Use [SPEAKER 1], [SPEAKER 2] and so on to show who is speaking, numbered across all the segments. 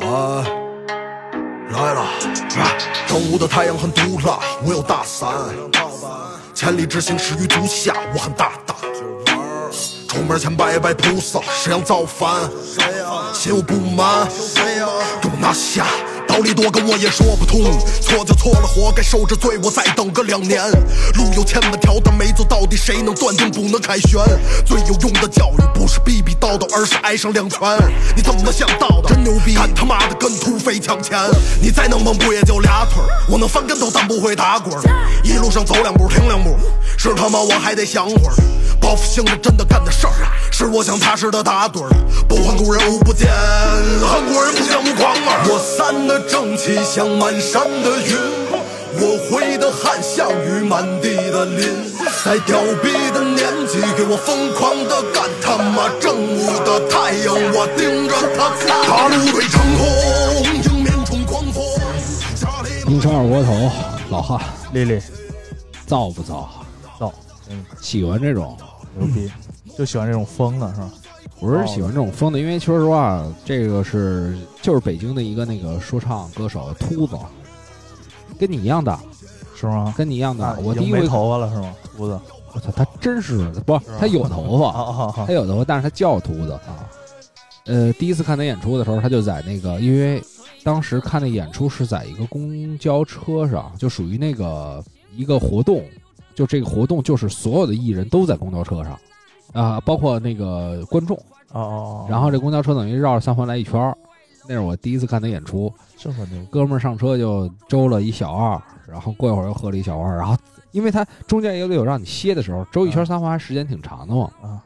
[SPEAKER 1] 啊，来了！正午的太阳很毒辣，我有大伞，千里之行始于足下，我很大胆。出门前拜拜菩萨，谁让造反？心有不满，给我拿下！道理多跟我也说不通，错就错了，活该受这罪。我再等个两年，路有千万条，但没走到底，谁能断定不能凯旋？最有用的教育不是逼逼叨叨，而是挨上两拳。你怎么想到的？真牛逼！看他妈的跟土匪抢钱，你再能蹦不也就俩腿儿我能翻跟头，但不会打滚儿。一路上走两步停两步，是他妈我还得想会儿。报复性的真的干的事儿，啊是我想踏实的打盹儿。不恨古人无不见，恨古人不见无狂耳。我散的正气像满山的云，我挥的汗像雨满地的淋。在凋敝的年纪，给我疯狂的干他妈正午的太阳，我盯着它看，它怒对长空，迎面冲狂风。家里
[SPEAKER 2] 东城二锅头，老汉
[SPEAKER 3] 丽丽
[SPEAKER 2] 燥不燥？
[SPEAKER 3] 造，嗯，
[SPEAKER 2] 喜欢这种，
[SPEAKER 3] 牛逼，就喜欢这种疯的是吧？
[SPEAKER 2] 我是喜欢这种风的，因为说实话，这个是就是北京的一个那个说唱歌手秃子，跟你一样大，
[SPEAKER 3] 是吗？
[SPEAKER 2] 跟你一样大。
[SPEAKER 3] 啊
[SPEAKER 2] 我
[SPEAKER 3] 已
[SPEAKER 2] 第
[SPEAKER 3] 经
[SPEAKER 2] 一
[SPEAKER 3] 没
[SPEAKER 2] 回，
[SPEAKER 3] 头发了是吗？ 胡子，
[SPEAKER 2] 我操，他真是不是
[SPEAKER 3] 是吧
[SPEAKER 2] 他有头发，
[SPEAKER 3] 好好好
[SPEAKER 2] 他，有头发，但是他叫秃子。
[SPEAKER 3] 啊
[SPEAKER 2] 呃，第一次看他演出的时候，他就在那个，因为当时看的演出是在一个公交车上，就属于那个一个活动，就这个活动就是所有的艺人都在公交车上，啊、包括那个观众。
[SPEAKER 3] 哦哦，
[SPEAKER 2] 然后这公交车等于绕着三环来一圈儿，那是我第一次看他演出。
[SPEAKER 3] 这么牛，
[SPEAKER 2] 哥们儿上车就周了一小二，然后过一会儿又喝了一小二，然后因为他中间也得有让你歇的时候，周一圈三环时间挺长的嘛，
[SPEAKER 3] 啊，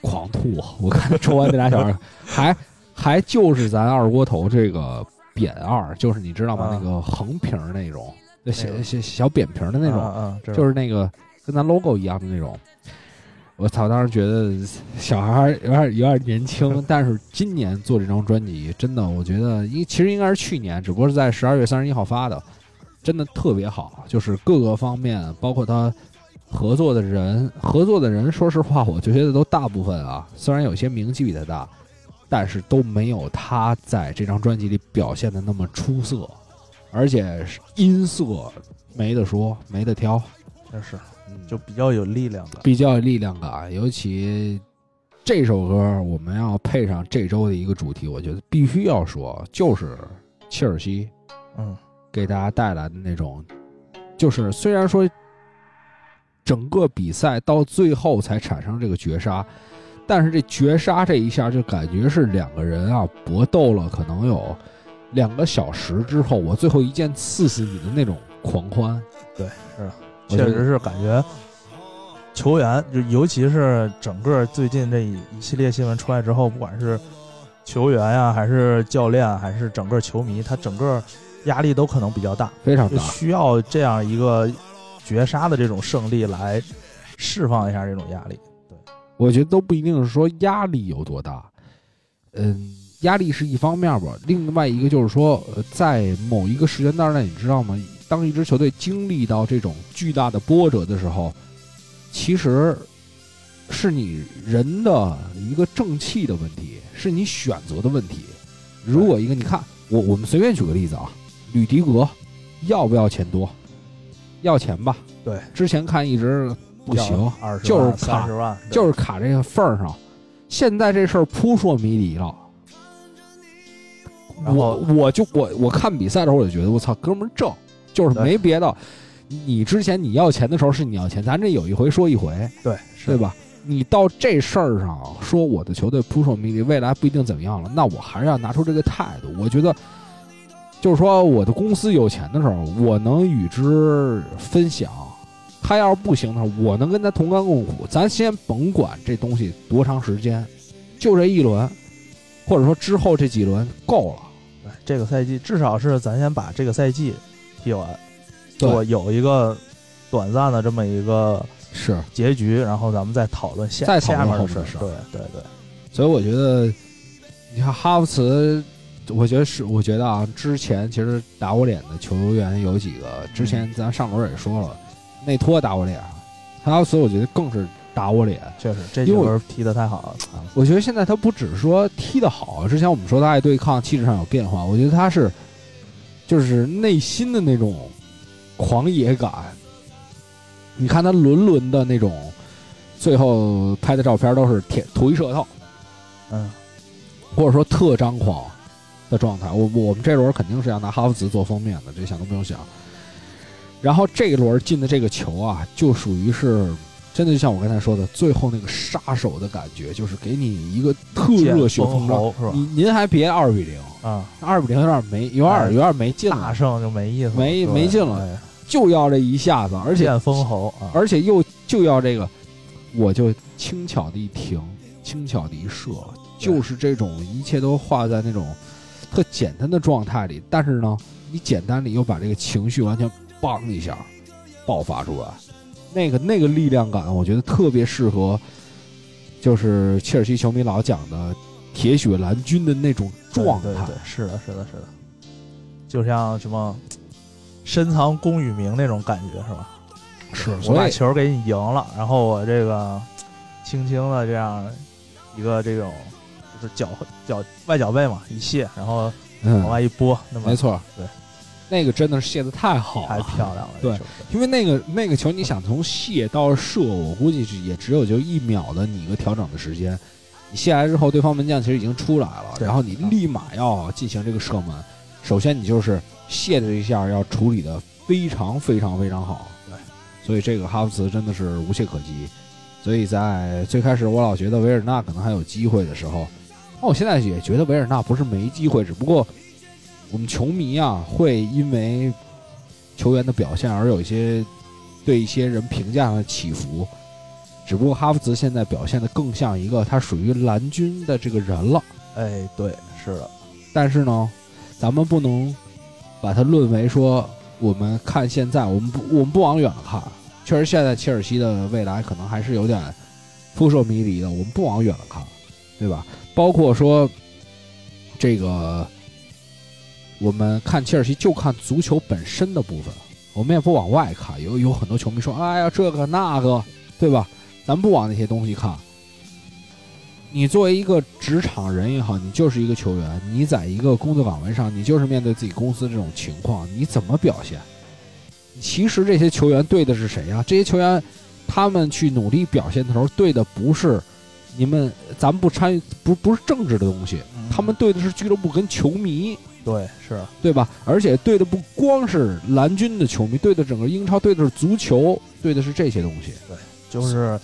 [SPEAKER 2] 狂吐，啊我看他抽完那俩小 二，还还就是咱二锅头这个扁二，就是你知道吗？
[SPEAKER 3] 啊
[SPEAKER 2] 那个横瓶儿那种，就小
[SPEAKER 3] 那个
[SPEAKER 2] 小小扁瓶儿的那种，
[SPEAKER 3] 啊，就
[SPEAKER 2] 就是那个跟咱 logo 一样的那种。我操！当时觉得小孩儿有点有点年轻，但是今年做这张专辑，真的，我觉得应其实应该是去年，只不过是在十二月三十一号发的，真的特别好，就是各个方面，包括他合作的人，合作的人，说实话，我就觉得都大部分啊，虽然有些名气比他大，但是都没有他在这张专辑里表现的那么出色，而且是音色没得说，没得挑，
[SPEAKER 3] 真是
[SPEAKER 2] 嗯
[SPEAKER 3] 就比较有力量的，
[SPEAKER 2] 比较有力量感，尤其这首歌我们要配上这周的一个主题，我觉得必须要说，就是切尔西
[SPEAKER 3] 嗯
[SPEAKER 2] 给大家带来的那种，就是虽然说整个比赛到最后才产生这个绝杀，但是这绝杀这一下就感觉是两个人啊搏斗了，可能有两个小时之后，我最后一剑刺死你的那种狂欢，我觉
[SPEAKER 3] 确
[SPEAKER 2] 得
[SPEAKER 3] 实是感觉球员，就尤其是整个最近这一一系列新闻出来之后，不管是球员呀、还是教练啊，还是整个球迷，他整个压力都可能比较大，
[SPEAKER 2] 非常
[SPEAKER 3] 就
[SPEAKER 2] 大。
[SPEAKER 3] 需要这样一个绝杀的这种胜利来释放一下这种压力。
[SPEAKER 2] 我觉得都不一定是说压力有多大，嗯，压力是一方面吧，另外一个就是说，呃在某一个时间段内，你知道吗？当一支球队经历到这种巨大的波折的时候，其实是你人的一个正气的问题，是你选择的问题。如果一个你看我，我们随便举个例子啊，吕迪格要不要钱多？要钱吧。
[SPEAKER 3] 对，
[SPEAKER 2] 之前看一直不行，
[SPEAKER 3] 二十
[SPEAKER 2] 就是
[SPEAKER 3] 三
[SPEAKER 2] 卡
[SPEAKER 3] 十万，对
[SPEAKER 2] 就是卡这个缝儿上。现在这事儿扑朔迷离了。
[SPEAKER 3] 然
[SPEAKER 2] 我
[SPEAKER 3] 后
[SPEAKER 2] 我就我我看比赛的时候，我就觉得我操，哥们儿正，就是
[SPEAKER 3] 对
[SPEAKER 2] 没别的。你之前你要钱的时候是你要钱，咱这有一回说一回，
[SPEAKER 3] 对
[SPEAKER 2] 对
[SPEAKER 3] 是？
[SPEAKER 2] 吧？你到这事儿上说我的球队扑朔迷离，未来不一定怎么样了，那我还是要拿出这个态度。我觉得，就是说我的公司有钱的时候，我能与之分享；他要是不行的时候，我能跟他同甘共苦。咱先甭管这东西多长时间，就这一轮，或者说之后这几轮够了。
[SPEAKER 3] 对哎这个赛季至少是咱先把这个赛季踢完，
[SPEAKER 2] 对
[SPEAKER 3] 做有一个短暂的这么一个
[SPEAKER 2] 是，
[SPEAKER 3] 结局，然后咱们再讨论下
[SPEAKER 2] 再讨论
[SPEAKER 3] 下面
[SPEAKER 2] 后面
[SPEAKER 3] 的
[SPEAKER 2] 的事
[SPEAKER 3] 事。
[SPEAKER 2] 儿
[SPEAKER 3] 对对对，
[SPEAKER 2] 所以我觉得，你看哈弗茨，我觉得是，我觉得啊，之前其实打我脸的球员有几个，之前咱上轮也说了，内托打我脸，哈弗茨我觉得更是打我脸。
[SPEAKER 3] 确实这几
[SPEAKER 2] 因为
[SPEAKER 3] 轮踢得太好了。啊
[SPEAKER 2] 我觉得现在他不只是说踢得好，之前我们说他爱对抗，气质上有变化，我觉得他是就是内心的那种狂野感。你看他伦伦的那种，最后拍的照片都是铁图一射透，
[SPEAKER 3] 嗯，
[SPEAKER 2] 或者说特张狂的状态。我我们这轮肯定是要拿哈弗茨做封面的，这想都不用想。然后这一轮进的这个球啊，就属于是真的，就像我刚才说的，最后那个杀手的感觉，就是给你一个特
[SPEAKER 3] 见
[SPEAKER 2] 热血
[SPEAKER 3] 封
[SPEAKER 2] 膨胀。
[SPEAKER 3] 侯是吧？
[SPEAKER 2] 您您还别二比零，
[SPEAKER 3] 啊，
[SPEAKER 2] 二比零有点没，有点有点没劲
[SPEAKER 3] 大
[SPEAKER 2] 了，
[SPEAKER 3] 胜就没意思了，
[SPEAKER 2] 没
[SPEAKER 3] 对
[SPEAKER 2] 没劲了，
[SPEAKER 3] 哎
[SPEAKER 2] 就要这一下子，而且
[SPEAKER 3] 见封侯啊，
[SPEAKER 2] 而且又就要这个，我就轻巧的一停，轻巧的一射，
[SPEAKER 3] 对
[SPEAKER 2] 就是这种一切都画在那种特简单的状态里，但是呢，你简单里又把这个情绪完全梆一下爆发出来，那个那个力量感，我觉得特别适合，就是切尔西球迷老讲的铁血蓝军的那种状态。
[SPEAKER 3] 对对对是的，是的，是的，就像什么深藏功与名那种感觉是吧？
[SPEAKER 2] 是，
[SPEAKER 3] 我
[SPEAKER 2] 所
[SPEAKER 3] 把
[SPEAKER 2] 以
[SPEAKER 3] 球给你赢了，然后我这个轻轻的这样一个这种就是脚脚外脚背嘛一卸，然后往
[SPEAKER 2] 嗯，
[SPEAKER 3] 外一拨，那么
[SPEAKER 2] 没错，
[SPEAKER 3] 对，
[SPEAKER 2] 那个真的是卸的太好
[SPEAKER 3] 太
[SPEAKER 2] 了。
[SPEAKER 3] 漂亮了。
[SPEAKER 2] 对
[SPEAKER 3] 这球队
[SPEAKER 2] 因为那个那个球，你想从卸到射，我估计是也只有就一秒的你一个调整的时间。你卸来之后，对方门将其实已经出来了，
[SPEAKER 3] 对
[SPEAKER 2] 然后你立马要进行这个射门。首先，你就是卸的这一下要处理的非常非常非常好。
[SPEAKER 3] 对，
[SPEAKER 2] 所以这个哈弗茨真的是无懈可击。所以在最开始我老觉得维尔纳可能还有机会的时候，那我现在也觉得维尔纳不是没机会，只不过我们球迷啊会因为球员的表现而有一些对一些人评价上的起伏。只不过哈弗茨现在表现的更像一个他属于蓝军的这个人了，
[SPEAKER 3] 哎，对，是的，
[SPEAKER 2] 但是呢，咱们不能把它论为说我们看现在，我们不我们不往远了看，确实现在切尔西的未来可能还是有点扑朔迷离的，我们不往远了看，对吧？包括说这个，我们看切尔西就看足球本身的部分，我们也不往外看。有有很多球迷说，哎呀，这个那个，对吧？咱不往那些东西看。你作为一个职场人也好，你就是一个球员，你在一个工作岗位上，你就是面对自己公司这种情况，你怎么表现？其实这些球员对的是谁呀、这些球员，他们去努力表现的时候，对的不是你们，咱们不参与，不不是政治的东西，
[SPEAKER 3] 嗯
[SPEAKER 2] 他们对的是俱乐部跟球迷，
[SPEAKER 3] 对是的
[SPEAKER 2] 对吧？而且对的不光是蓝军的球迷，对的整个英超，对的是足球，对的是这些东西。
[SPEAKER 3] 就是。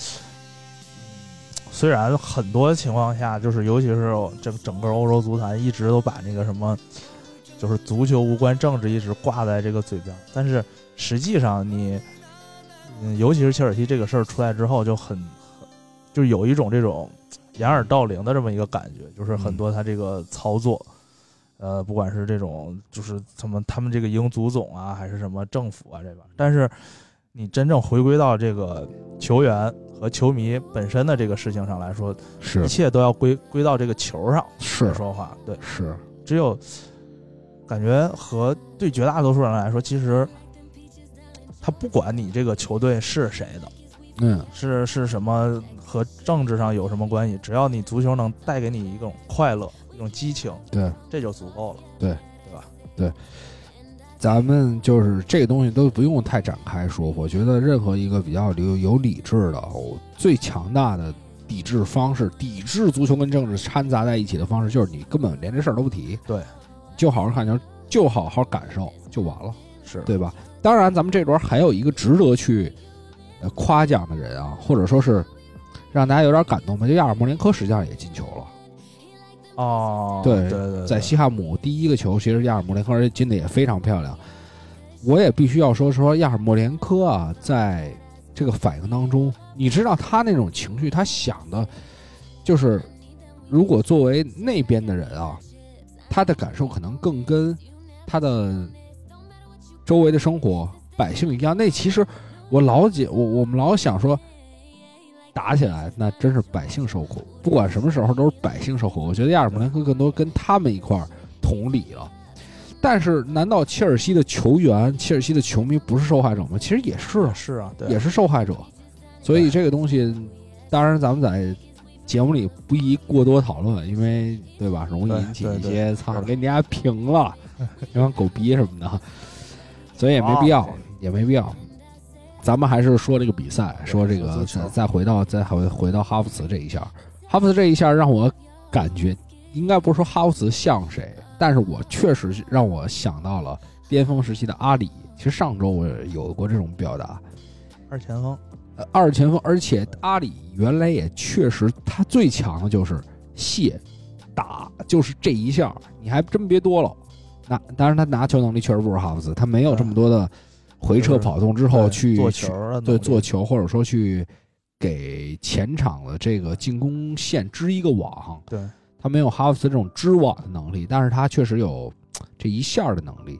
[SPEAKER 3] 虽然很多情况下，就是尤其是整整个欧洲足坛一直都把那个什么，就是足球无关政治一直挂在这个嘴边，但是实际上你，嗯，尤其是切尔西这个事儿出来之后，就很，很就有一种这种掩耳盗铃的这么一个感觉，就是
[SPEAKER 2] 嗯
[SPEAKER 3] 很多他这个操作，呃，不管是这种就是他们他们这个英足总啊，还是什么政府啊这边，但是你真正回归到这个球员和球迷本身的这个事情上来说，
[SPEAKER 2] 是
[SPEAKER 3] 一切都要归归到这个球上来
[SPEAKER 2] 是
[SPEAKER 3] 说话，对，
[SPEAKER 2] 是，
[SPEAKER 3] 只有感觉和对绝大多数人来说，其实他不管你这个球队是谁的，
[SPEAKER 2] 嗯，
[SPEAKER 3] 是是什么和政治上有什么关系，只要你足球能带给你一种快乐、一种激情，
[SPEAKER 2] 对。
[SPEAKER 3] 这就足够了。
[SPEAKER 2] 咱们就是这个东西都不用太展开说，我觉得任何一个比较有有理智的、最强大的抵制方式，抵制足球跟政治掺杂在一起的方式，就是你根本连这事儿都不提，
[SPEAKER 3] 对，
[SPEAKER 2] 就好好看球，就好好感受就完了，
[SPEAKER 3] 是
[SPEAKER 2] 对吧？当然，咱们这轮还有一个值得去呃夸奖的人啊，或者说是让大家有点感动吧，就亚尔莫连科实际上也进球了。
[SPEAKER 3] 哦，
[SPEAKER 2] 对
[SPEAKER 3] 对对对，
[SPEAKER 2] 在西汉姆第一个球，其实亚尔莫连科而且进的也非常漂亮。我也必须要说说亚尔莫连科啊，在这个反应当中，你知道他那种情绪，他想的，就是如果作为那边的人啊，他的感受可能更跟他的周围的生活百姓一样。那其实我老解我我们老想说，打起来那真是百姓受苦，不管什么时候都是百姓受苦。我觉得亚尔莫兰科更多跟他们一块儿同理了。但是，难道切尔西的球员、切尔西的球迷不是受害者吗？其实也是啊，
[SPEAKER 3] 是啊，对
[SPEAKER 2] 也是受害者。所以这个东西当然，咱们在节目里不宜过多讨论，因为对吧，容易
[SPEAKER 3] 对
[SPEAKER 2] 引起
[SPEAKER 3] 对
[SPEAKER 2] 一
[SPEAKER 3] 对
[SPEAKER 2] 些操
[SPEAKER 3] 是的
[SPEAKER 2] 给人家评 了，那帮狗逼什么的，所以也没必要，也没必要。咱们还是说这个比赛，
[SPEAKER 3] 对
[SPEAKER 2] 说这
[SPEAKER 3] 说
[SPEAKER 2] 个
[SPEAKER 3] 足球
[SPEAKER 2] 再再回到再回回到哈弗茨这一下，哈弗茨这一下让我感觉，应该不是说哈弗茨像谁，但是我确实是让我想到了巅峰时期的阿里。其实上周我有过这种表达，
[SPEAKER 3] 二前锋，
[SPEAKER 2] 呃二前锋，而且阿里原来也确实他最强的就是卸打，就是这一下，你还真别多了。那当然，他拿球能力确实不如哈弗茨，他没有这么多的回撤
[SPEAKER 3] 就是
[SPEAKER 2] 跑动之后
[SPEAKER 3] 对
[SPEAKER 2] 去
[SPEAKER 3] 做
[SPEAKER 2] 去
[SPEAKER 3] 球啊，
[SPEAKER 2] 对
[SPEAKER 3] 努力
[SPEAKER 2] 做球，或者说去给前场的这个进攻线织一个网。
[SPEAKER 3] 对，
[SPEAKER 2] 他没有哈弗茨这种织网的能力，但是他确实有嘖这一下儿的能力。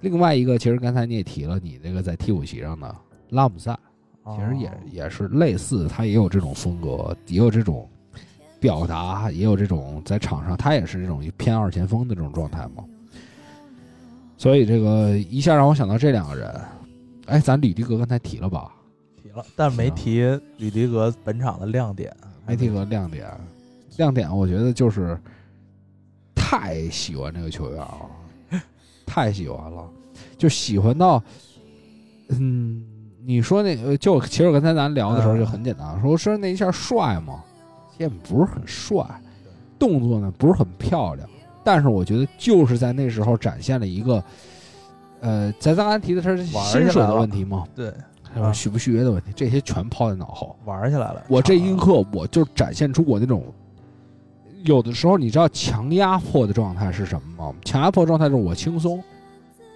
[SPEAKER 2] 另外一个，其实刚才你也提了，你这个在替补席上的拉姆塞，其实也
[SPEAKER 3] 哦
[SPEAKER 2] 也是类似，他也有这种风格，也有这种表达，也有这种在场上他也是这种偏二前锋的这种状态嘛。所以这个一下让我想到这两个人，哎，咱吕迪格刚才提了吧？
[SPEAKER 3] 提了，但没
[SPEAKER 2] 啊
[SPEAKER 3] 提吕迪格本场的亮点，
[SPEAKER 2] 媒体和亮点，亮点我觉得就是太喜欢这个球员了，太喜欢了，就喜欢到，嗯，你说那个就其实我刚才咱聊的时候就很简单，说说那一下帅吗？也不是很帅，动作呢不是很漂亮，但是我觉得就是在那时候展现了一个，呃，咱刚才提的他是
[SPEAKER 3] 玩起来
[SPEAKER 2] 薪水的
[SPEAKER 3] 了
[SPEAKER 2] 问题嘛，
[SPEAKER 3] 对，
[SPEAKER 2] 还有续不续约的问题，这些全抛在脑后。
[SPEAKER 3] 玩起来了。啊
[SPEAKER 2] 我这一
[SPEAKER 3] 场上
[SPEAKER 2] 刻，我就展现出我那种，有的时候你知道强压迫的状态是什么吗？强压迫状态就是我轻松。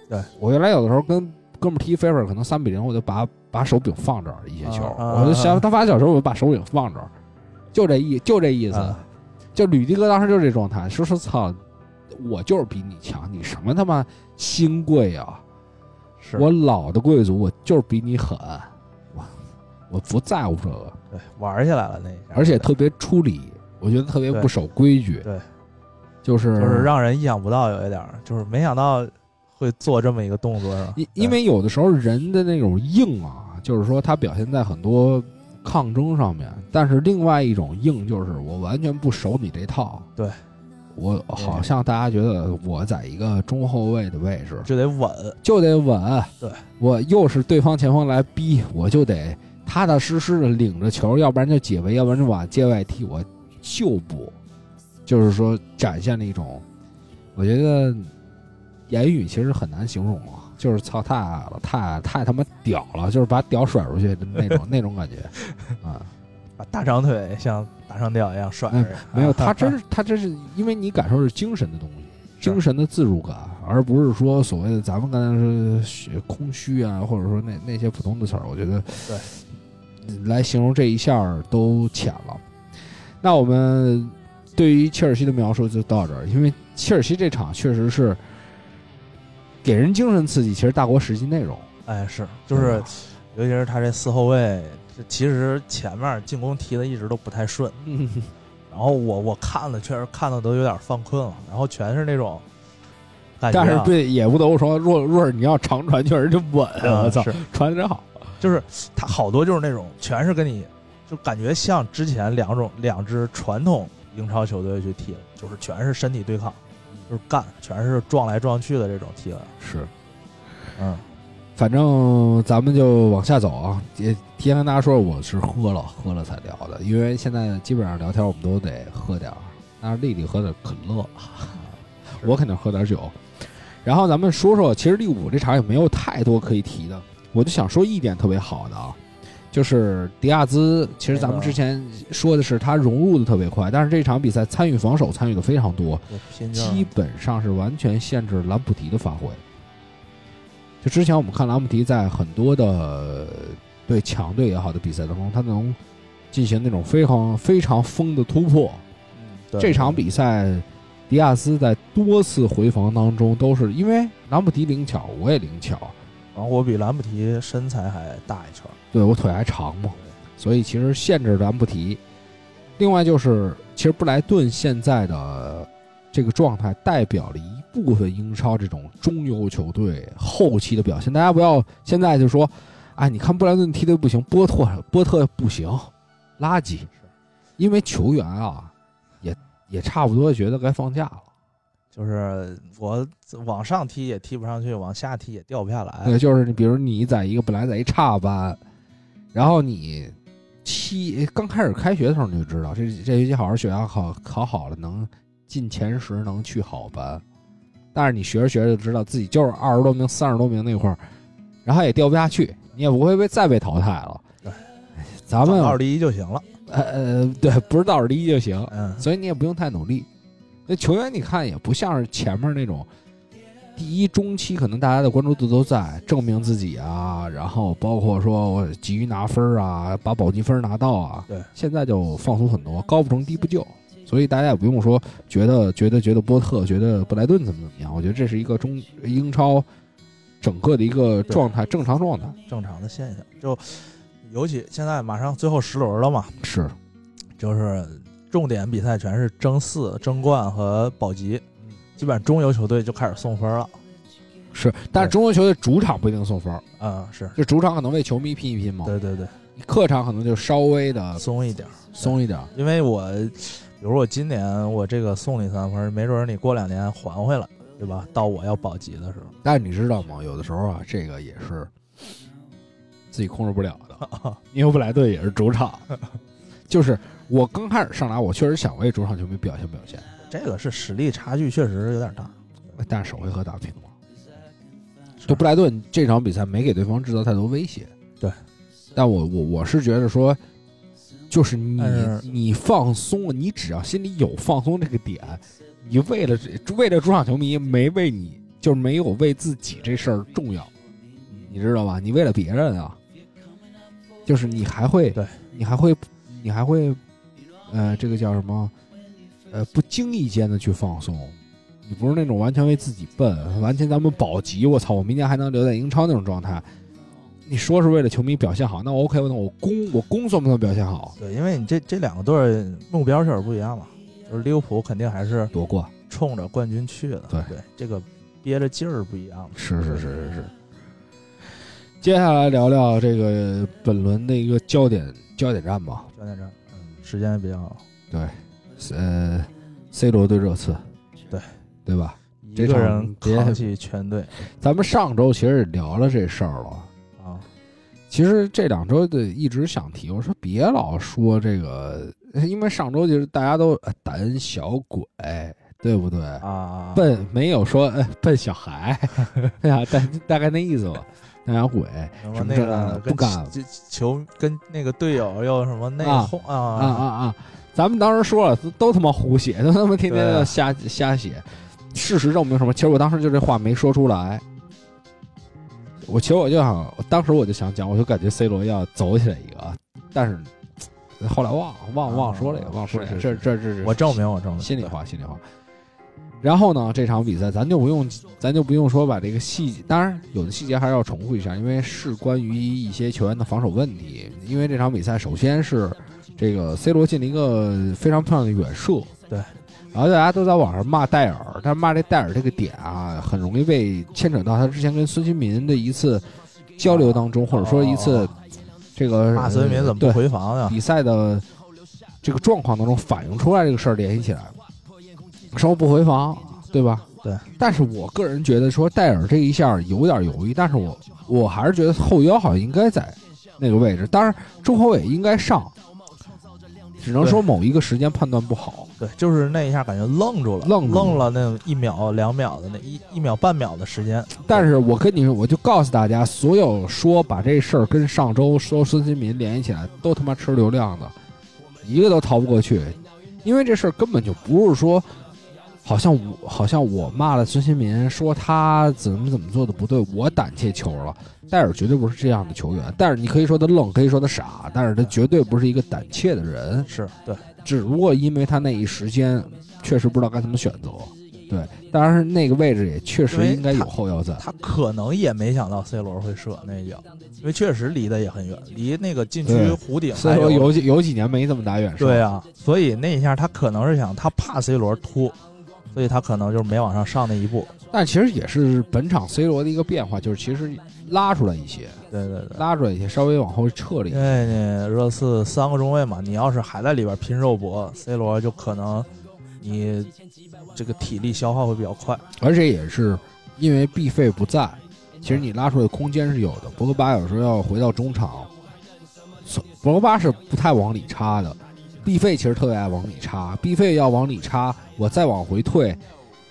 [SPEAKER 3] 对
[SPEAKER 2] 我原来有的时候跟哥们儿踢飞儿，可能三比零，我就把把手柄放这儿一些球，
[SPEAKER 3] 啊啊
[SPEAKER 2] 我就
[SPEAKER 3] 啊
[SPEAKER 2] 想他发小球，我就把手柄放这儿，就这意就这意思。
[SPEAKER 3] 啊
[SPEAKER 2] 就吕迪哥当时就是这状态，说说操，我就是比你强，你什么他妈新贵啊！
[SPEAKER 3] 是
[SPEAKER 2] 我老的贵族，我就是比你狠，我我不在乎这个。
[SPEAKER 3] 对玩起来了那一下，
[SPEAKER 2] 而且特别出离，我觉得特别不守规矩。
[SPEAKER 3] 对对
[SPEAKER 2] 就是
[SPEAKER 3] 就是让人意想不到有一点儿，就是没想到会做这么一个动作，是啊吧
[SPEAKER 2] 因因为有的时候人的那种硬啊，就是说他表现在很多抗争上面，但是另外一种硬就是我完全不守你这套。
[SPEAKER 3] 对，
[SPEAKER 2] 我好像大家觉得我在一个中后卫的位置
[SPEAKER 3] 对哎就得稳，
[SPEAKER 2] 就得稳，
[SPEAKER 3] 对
[SPEAKER 2] 我又是对方前锋来逼，我就得踏踏实实的领着球，要不然就解围，要不然就往界外踢，我就不，就是说展现了一种，我觉得言语其实很难形容啊，就是操太爱了，太太他妈屌了，就是把屌甩出去的那种那种感觉啊、
[SPEAKER 3] 把大长腿像大长吊一样甩
[SPEAKER 2] 哎
[SPEAKER 3] 着。
[SPEAKER 2] 没有，
[SPEAKER 3] 啊
[SPEAKER 2] 他真是他真是因为你感受是精神的东西。精神的自主感，而不是说所谓的咱们刚才说虚空虚啊，或者说那那些普通的词儿，我觉得对来形容这一下儿都浅了。那我们对于切尔西的描述就到这儿，因为切尔西这场确实是给人精神刺激，其实大国实际内容
[SPEAKER 3] 哎是，就是
[SPEAKER 2] 对吧
[SPEAKER 3] 尤其是他这四后卫，这其实前面进攻踢的一直都不太顺，然后我我看了确实看的都有点犯困了，然后全是那种感觉
[SPEAKER 2] 但
[SPEAKER 3] 啊、
[SPEAKER 2] 是对也不得不说，若若是你要长传，确实就稳，
[SPEAKER 3] 啊
[SPEAKER 2] 我操，
[SPEAKER 3] 是
[SPEAKER 2] 传的真好。
[SPEAKER 3] 就是他好多就是那种全是跟你就感觉像之前两种两支传统英超球队去踢的，就是全是身体对抗，
[SPEAKER 2] 嗯
[SPEAKER 3] 就是干，全是撞来撞去的这种踢的。
[SPEAKER 2] 是，
[SPEAKER 3] 嗯，
[SPEAKER 2] 反正咱们就往下走啊，也提前跟大家说，我是喝了喝了才聊的，因为现在基本上聊天我们都得喝点儿，但是丽丽喝点可乐，我肯定喝点酒。然后咱们说说，其实第五这场也没有太多可以提的，我就想说一点特别好的啊，就是迪亚兹，其实咱们之前说的是他融入的特别快，但是这场比赛参与防守参与的非常多，
[SPEAKER 3] 就拼劲
[SPEAKER 2] 基
[SPEAKER 3] 儿
[SPEAKER 2] 本上是完全限制兰普提的发挥。就之前我们看兰普提在很多的呃对强队也好的比赛当中，他能进行那种非常非常疯的突破。
[SPEAKER 3] 对
[SPEAKER 2] 这场比赛，迪亚斯在多次回防当中都是因为兰普提灵巧，我也灵巧，
[SPEAKER 3] 然后我比兰普提身材还大一圈儿，
[SPEAKER 2] 对我腿还长嘛，所以其实限制咱不提。另外就是，其实布莱顿现在的这个状态，代表了一部分英超这种中游球队后期的表现。大家不要现在就说，哎，你看布莱顿踢的不行，波特波特不行，垃圾，因为球员啊，也也差不多觉得该放假了，
[SPEAKER 3] 就是我往上踢也踢不上去，往下踢也掉不下来
[SPEAKER 2] 对，。呃就是你比如你在一个本来在一差班，然后你七刚开始开学的时候你就知道，这这学期好好学校考考好了能进前十，能去好班，但是你学着学着就知道自己就是二十多名、三十多名那块儿，然后也掉不下去，你也不会被再被淘汰了
[SPEAKER 3] 对。
[SPEAKER 2] 咱们
[SPEAKER 3] 二第一就行了。
[SPEAKER 2] 呃呃，对，不是倒数第一就行，
[SPEAKER 3] 嗯，
[SPEAKER 2] 所以你也不用太努力。那球员你看也不像是前面那种，第一中期可能大家的关注度都在证明自己啊，然后包括说我急于拿分儿啊，把保级分儿拿到啊。
[SPEAKER 3] 对，
[SPEAKER 2] 现在就放松很多，高不成低不就，所以大家也不用说觉得觉得觉得波特觉得布莱顿怎么怎么样，我觉得这是一个中英超整个的一个状态正常状态
[SPEAKER 3] 正常的现象。就尤其现在马上最后十轮了嘛，
[SPEAKER 2] 是，
[SPEAKER 3] 就是重点比赛全是争四、争冠和保级，
[SPEAKER 2] 嗯
[SPEAKER 3] 基本上中游球队就开始送分了。
[SPEAKER 2] 是，但是
[SPEAKER 3] 对
[SPEAKER 2] 中国球队主场不一定送分儿，
[SPEAKER 3] 嗯，是
[SPEAKER 2] 就主场可能为球迷拼一拼嘛，
[SPEAKER 3] 对对对，
[SPEAKER 2] 客场可能就稍微的
[SPEAKER 3] 松一点儿。
[SPEAKER 2] 啊松一点儿。
[SPEAKER 3] 因为我，比如我今年我这个送你三分，没准儿你过两年还回来，对吧？到我要保级的时候，
[SPEAKER 2] 但是你知道吗？有的时候啊，这个也是自己控制不了的，因为布莱顿也是主场。 就是我刚开始上来，我确实想为主场球迷表现表现，
[SPEAKER 3] 这个是实力差距确实有点大。
[SPEAKER 2] 但是首回合打平了。
[SPEAKER 3] 是
[SPEAKER 2] 就布莱顿这场比赛没给对方制造太多威胁。
[SPEAKER 3] 对，
[SPEAKER 2] 但我我我是觉得说，就是你
[SPEAKER 3] 但是
[SPEAKER 2] 你放松了，你只要心里有放松这个点，你为了这为了主场球迷没为你就是没有为自己这事儿重要，你知道吧？你为了别人啊，就是你还会
[SPEAKER 3] 对，
[SPEAKER 2] 你还会你还会，呃，这个叫什么？呃，不经意间的去放松。你不是那种完全为自己奔，完全咱们保级，我操，我明年还能留在英超那种状态。你说是为了球迷表现好，那我 OK，那我攻我攻算不算表现好？
[SPEAKER 3] 对，因为你这这两个队儿目标确实不一样嘛，就是利物浦肯定还是
[SPEAKER 2] 夺冠
[SPEAKER 3] 冲着冠军去的，
[SPEAKER 2] 对
[SPEAKER 3] 这个憋着劲儿不一样嘛。
[SPEAKER 2] 是是是是是。接下来聊聊这个本轮的一个焦点焦点战吧，
[SPEAKER 3] 焦点战，嗯，时间也比较，
[SPEAKER 2] 呃，C 罗对热刺，
[SPEAKER 3] 对
[SPEAKER 2] 对吧？
[SPEAKER 3] 一
[SPEAKER 2] 这
[SPEAKER 3] 个
[SPEAKER 2] 场
[SPEAKER 3] 人
[SPEAKER 2] 别
[SPEAKER 3] 扛起全队
[SPEAKER 2] 咱们上周其实也聊了这事儿了，
[SPEAKER 3] 啊，
[SPEAKER 2] 其实这两周的一直想提，我说别老说这个，因为上周就是大家都呃胆小鬼，对不对？
[SPEAKER 3] 啊，
[SPEAKER 2] 笨没有说、呃、笨小孩， 对啊，大大概那意思吧。胆小鬼
[SPEAKER 3] 什么
[SPEAKER 2] 什么
[SPEAKER 3] 那
[SPEAKER 2] 这那
[SPEAKER 3] 个
[SPEAKER 2] 的
[SPEAKER 3] 跟
[SPEAKER 2] 不敢
[SPEAKER 3] 球球跟那个队友又什么内
[SPEAKER 2] 啊
[SPEAKER 3] 讧
[SPEAKER 2] 啊
[SPEAKER 3] 啊
[SPEAKER 2] 啊啊！咱们当时说了，都都他妈胡写，都他妈天天
[SPEAKER 3] 对啊
[SPEAKER 2] 的瞎瞎写。事实证明什么？其实我当时就这话没说出来。我其实我就想，我当时我就想讲，我就感觉 C 罗要走起来一个，但是嘖后来忘了忘了忘了说这个，
[SPEAKER 3] 啊
[SPEAKER 2] 忘了说这个，
[SPEAKER 3] 是
[SPEAKER 2] 这
[SPEAKER 3] 是
[SPEAKER 2] 这这这
[SPEAKER 3] 我证明我证明
[SPEAKER 2] 心里，话，心里话。然后呢，这场比赛咱就不用，咱就不用说把这个细节，当然有的细节还是要重复一下，因为是关于一些球员的防守问题。因为这场比赛，首先是这个 C 罗进了一个非常漂亮的远射，
[SPEAKER 3] 对。
[SPEAKER 2] 然后大家都在网上骂戴尔，但是骂这戴尔这个点啊，很容易被牵扯到他之前跟孙兴民的一次交流当中，或者说一次这个
[SPEAKER 3] 马哦孙民怎么
[SPEAKER 2] 对
[SPEAKER 3] 不回防呀？
[SPEAKER 2] 比赛的这个状况当中反映出来这个事儿联系起来，生活不回防，对吧？
[SPEAKER 3] 对。
[SPEAKER 2] 但是我个人觉得说戴尔这一下有点犹豫，但是我我还是觉得后腰好像应该在那个位置，当然中后卫应该上，只能说某一个时间判断不好。
[SPEAKER 3] 对，就是那一下感觉愣住了，
[SPEAKER 2] 愣
[SPEAKER 3] 愣
[SPEAKER 2] 住了
[SPEAKER 3] 了那一秒两秒的那一一秒半秒的时间，
[SPEAKER 2] 但是我跟你说，我就告诉大家，所有说把这事儿跟上周说孙兴民联系起来，都他妈吃流量的，一个都逃不过去，因为这事儿根本就不是说，好像我好像我骂了孙兴民，说他怎么怎么做的不对，我胆怯球了。戴尔绝对不是这样的球员，但是你可以说他愣，可以说他傻，但是他绝对不是一个胆怯的人。
[SPEAKER 3] 是对，
[SPEAKER 2] 只不过因为他那一时间确实不知道该怎么选择，对，当然那个位置也确实应该有后腰在。
[SPEAKER 3] 他可能也没想到 C 罗会射那一脚，因为确实离得也很远，离那个禁区
[SPEAKER 2] 对
[SPEAKER 3] 弧顶
[SPEAKER 2] 所
[SPEAKER 3] 还
[SPEAKER 2] 以说
[SPEAKER 3] 有
[SPEAKER 2] 有几有几年没这么打远射，
[SPEAKER 3] 对啊，所以那一下他可能是想他怕 C 罗突，所以他可能就是没往上上那一步。
[SPEAKER 2] 但其实也是本场 C 罗的一个变化，就是其实拉出来一些，
[SPEAKER 3] 对对对。
[SPEAKER 2] 拉出来一些，稍微往后撤了一
[SPEAKER 3] 因
[SPEAKER 2] 些。
[SPEAKER 3] 为你热刺三个中卫嘛，你要是还在里边拼肉搏，C 罗就可能你这个体力消耗会比较快。
[SPEAKER 2] 而且也是因为毕费不在，其实你拉出来的空间是有的。博格巴有时候要回到中场，所博格巴是不太往里插的，毕费其实特别爱往里插。毕费要往里插，我再往回退，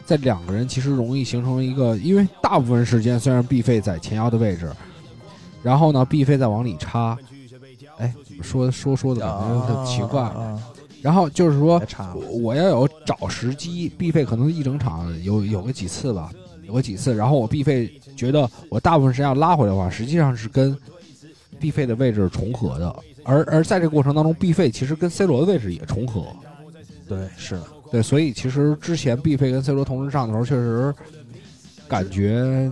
[SPEAKER 2] 这两个人其实容易形成一个，因为大部分时间虽然毕费在前腰的位置，然后呢，毕费再往里插，哎，怎么说说说的感觉很奇怪。哦
[SPEAKER 3] 啊，
[SPEAKER 2] 然后就是说
[SPEAKER 3] 别，插了
[SPEAKER 2] 啊我我要有找时机，必费可能一整场有有个几次吧，有个几次，然后我必费觉得我大部分时间要拉回来的话，实际上是跟必费的位置重合的，而而在这个过程当中，必费其实跟 C 罗的位置也重合，
[SPEAKER 3] 对，是的，
[SPEAKER 2] 对，所以其实之前必费跟 C 罗同时上的时候，确实感觉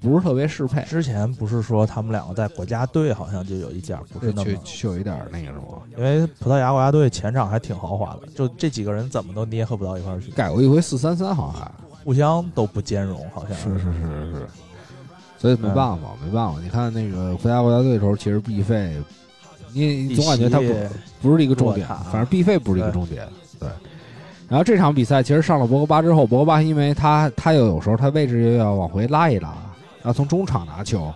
[SPEAKER 2] 不是特别适配，
[SPEAKER 3] 之前不是说他们两个在国家队好像就有一架，不
[SPEAKER 2] 对，
[SPEAKER 3] 是那么
[SPEAKER 2] 就，就有一点那个什么，
[SPEAKER 3] 因为葡萄牙国家队前场还挺豪华的，就这几个人怎么都捏合不到一块儿去，
[SPEAKER 2] 改过一回四三三，好像还。
[SPEAKER 3] 互相都不兼容，好像
[SPEAKER 2] 是是是是，嗯所以没办法，没办法。你看那个国家国家队的时候，其实毕费，你你总感觉他
[SPEAKER 3] 利
[SPEAKER 2] 不
[SPEAKER 3] 希
[SPEAKER 2] 不是一个重点
[SPEAKER 3] 洛塔，
[SPEAKER 2] 反正毕费不是一个重点。对。然后这场比赛其实上了博格巴之后，博格巴因为他他又有时候他位置又要往回拉一拉，要从中场拿球，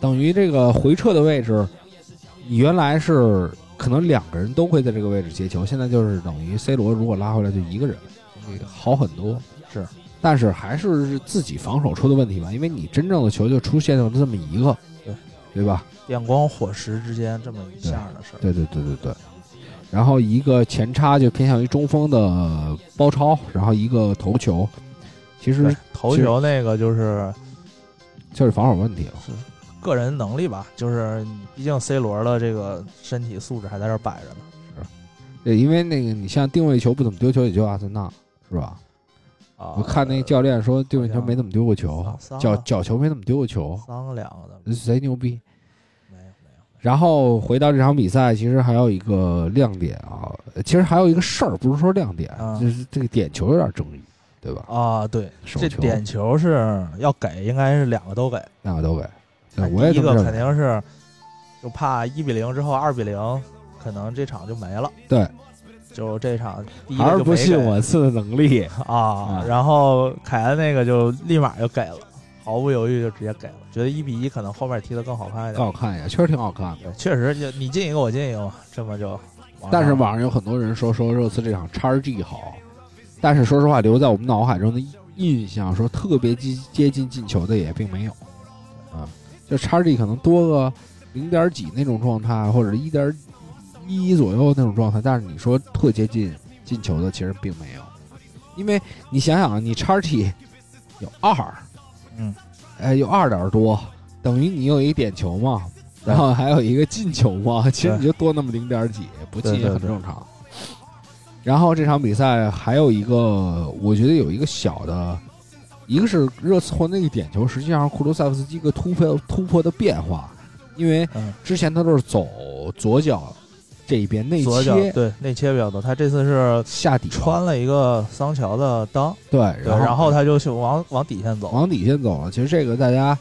[SPEAKER 2] 等于这个回撤的位置，你原来是可能两个人都会在这个位置接球，现在就是等于 C 罗如果拉回来就一个人，这个好很多。
[SPEAKER 3] 是，
[SPEAKER 2] 但是还是自己防守出的问题吧，因为你真正的球就出现了这么一个，
[SPEAKER 3] 对
[SPEAKER 2] 对吧？
[SPEAKER 3] 电光火石之间这么一下的事儿，
[SPEAKER 2] 对对对对对。然后一个前插就偏向于中锋的包抄，然后一个头球，其实
[SPEAKER 3] 对头球那个就是
[SPEAKER 2] 就是防守问题了。
[SPEAKER 3] 个人能力吧，就是毕竟 C 罗的这个身体素质还在这儿摆着呢。
[SPEAKER 2] 对，因为那个你像定位球不怎么丢球，也就阿森纳是吧？
[SPEAKER 3] 啊，
[SPEAKER 2] 我看那教练说定位球没怎么丢过球
[SPEAKER 3] 好啊像，
[SPEAKER 2] 角角球没怎么丢过球，
[SPEAKER 3] 三个两个的
[SPEAKER 2] 贼牛逼。
[SPEAKER 3] 没有没有，
[SPEAKER 2] 然后回到这场比赛，其实还有一个亮点啊，其实还有一个事儿，不是说亮点，
[SPEAKER 3] 啊
[SPEAKER 2] 就是这个点球有点争议，对吧？
[SPEAKER 3] 啊，对，
[SPEAKER 2] 手
[SPEAKER 3] 这
[SPEAKER 2] 球
[SPEAKER 3] 点球是要给，应该是两个都给。
[SPEAKER 2] 两个都给，对我也
[SPEAKER 3] 第
[SPEAKER 2] 这么
[SPEAKER 3] 一个
[SPEAKER 2] 认为
[SPEAKER 3] 肯定是就怕一比零之后二比零，可能这场就没了。
[SPEAKER 2] 对，
[SPEAKER 3] 就这场第一个
[SPEAKER 2] 还是
[SPEAKER 3] 就
[SPEAKER 2] 不
[SPEAKER 3] 没
[SPEAKER 2] 信
[SPEAKER 3] 给
[SPEAKER 2] 我刺的能力。
[SPEAKER 3] 啊
[SPEAKER 2] 啊。
[SPEAKER 3] 然后凯恩那个就立马就给了，毫不犹豫就直接给了，觉得一比一可能后面踢得更好看
[SPEAKER 2] 更
[SPEAKER 3] 一点。
[SPEAKER 2] 好看一点，确实挺好看的。
[SPEAKER 3] 对，确实就你进一个我进一个嘛，这么就往上。
[SPEAKER 2] 但是网上有很多人说说热刺这场叉 G 好，但是说实话，留在我们脑海中的印象，说特别接接近进球的也并没有啊。就叉 G 可能多个零点几那种状态，或者一点一左右那种状态，但是你说特接近进球的，其实并没有，因为你想想，你叉 G 有二，
[SPEAKER 3] 嗯，
[SPEAKER 2] 哎，有二点多，等于你有一点球嘛，
[SPEAKER 3] 对
[SPEAKER 2] 然后还有一个进球嘛，其实
[SPEAKER 3] 对
[SPEAKER 2] 你就多那么零点几，不进
[SPEAKER 3] 对
[SPEAKER 2] 也
[SPEAKER 3] 对
[SPEAKER 2] 很
[SPEAKER 3] 对
[SPEAKER 2] 正常。然后这场比赛还有一个，我觉得有一个小的，一个是热刺换那个点球，实际上是库卢塞夫斯基一个突破突破的变化，因为
[SPEAKER 3] 嗯
[SPEAKER 2] 之前他都是走左脚这一边内
[SPEAKER 3] 左脚
[SPEAKER 2] 切
[SPEAKER 3] 对内切比较多，他这次是
[SPEAKER 2] 下底
[SPEAKER 3] 穿了一个桑乔的裆，
[SPEAKER 2] 对，
[SPEAKER 3] 对，
[SPEAKER 2] 然
[SPEAKER 3] 然
[SPEAKER 2] 后
[SPEAKER 3] 后他就去往往底线走。
[SPEAKER 2] 往底线走了。其实这个大家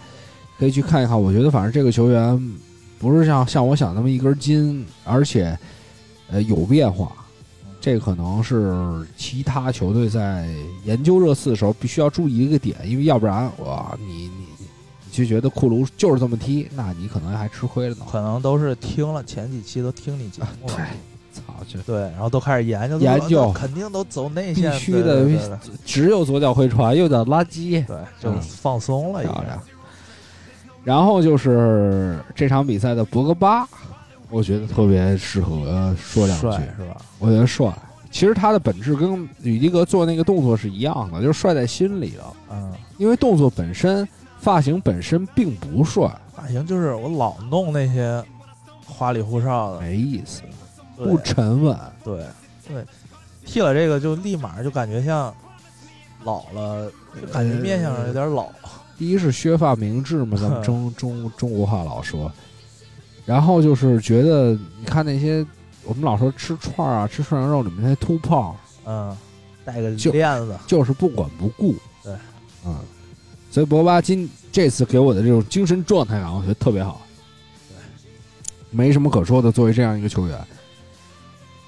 [SPEAKER 2] 可以去看一看，我觉得反正这个球员不是像像我想那么一根筋，而且呃有变化。这可能是其他球队在研究热刺的时候必须要注意一个点，因为要不然哇，你你你就觉得库卢就是这么踢，那你可能还吃亏了呢。
[SPEAKER 3] 可能都是听了前几期都听你节目了，
[SPEAKER 2] 对，操，这
[SPEAKER 3] 对，然后都开始研究
[SPEAKER 2] 研究
[SPEAKER 3] 那肯定都走内
[SPEAKER 2] 必
[SPEAKER 3] 线，
[SPEAKER 2] 须嗯
[SPEAKER 3] 对
[SPEAKER 2] 的
[SPEAKER 3] 对对对，
[SPEAKER 2] 只有左脚回传，右脚垃圾。
[SPEAKER 3] 对，就放松了一
[SPEAKER 2] 漂亮
[SPEAKER 3] 下。。
[SPEAKER 2] 然后就是这场比赛的博格巴，我觉得特别适合呃说两句
[SPEAKER 3] 帅，是吧？
[SPEAKER 2] 我觉得帅。其实他的本质跟吕迪格做那个动作是一样的，就是帅在心里了。
[SPEAKER 3] 嗯，
[SPEAKER 2] 因为动作本身、发型本身并不帅，
[SPEAKER 3] 发型哎就是我老弄那些花里胡哨的，
[SPEAKER 2] 没意思，
[SPEAKER 3] 对
[SPEAKER 2] 不沉稳。
[SPEAKER 3] 对对，剃了这个就立马就感觉像老了，就
[SPEAKER 2] 呃
[SPEAKER 3] 感觉面相上有点老。
[SPEAKER 2] 第一是削发明志嘛， 咱们中中中国话老说，然后就是觉得你看那些我们老说吃串儿啊、吃涮羊肉里面那些秃炮，
[SPEAKER 3] 嗯，戴个
[SPEAKER 2] 呃就
[SPEAKER 3] 链子，
[SPEAKER 2] 就是不管不顾。
[SPEAKER 3] 对，
[SPEAKER 2] 嗯，所以博巴今这次给我的这种精神状态感，我觉得特别好，没什么可说的。作为这样一个球员，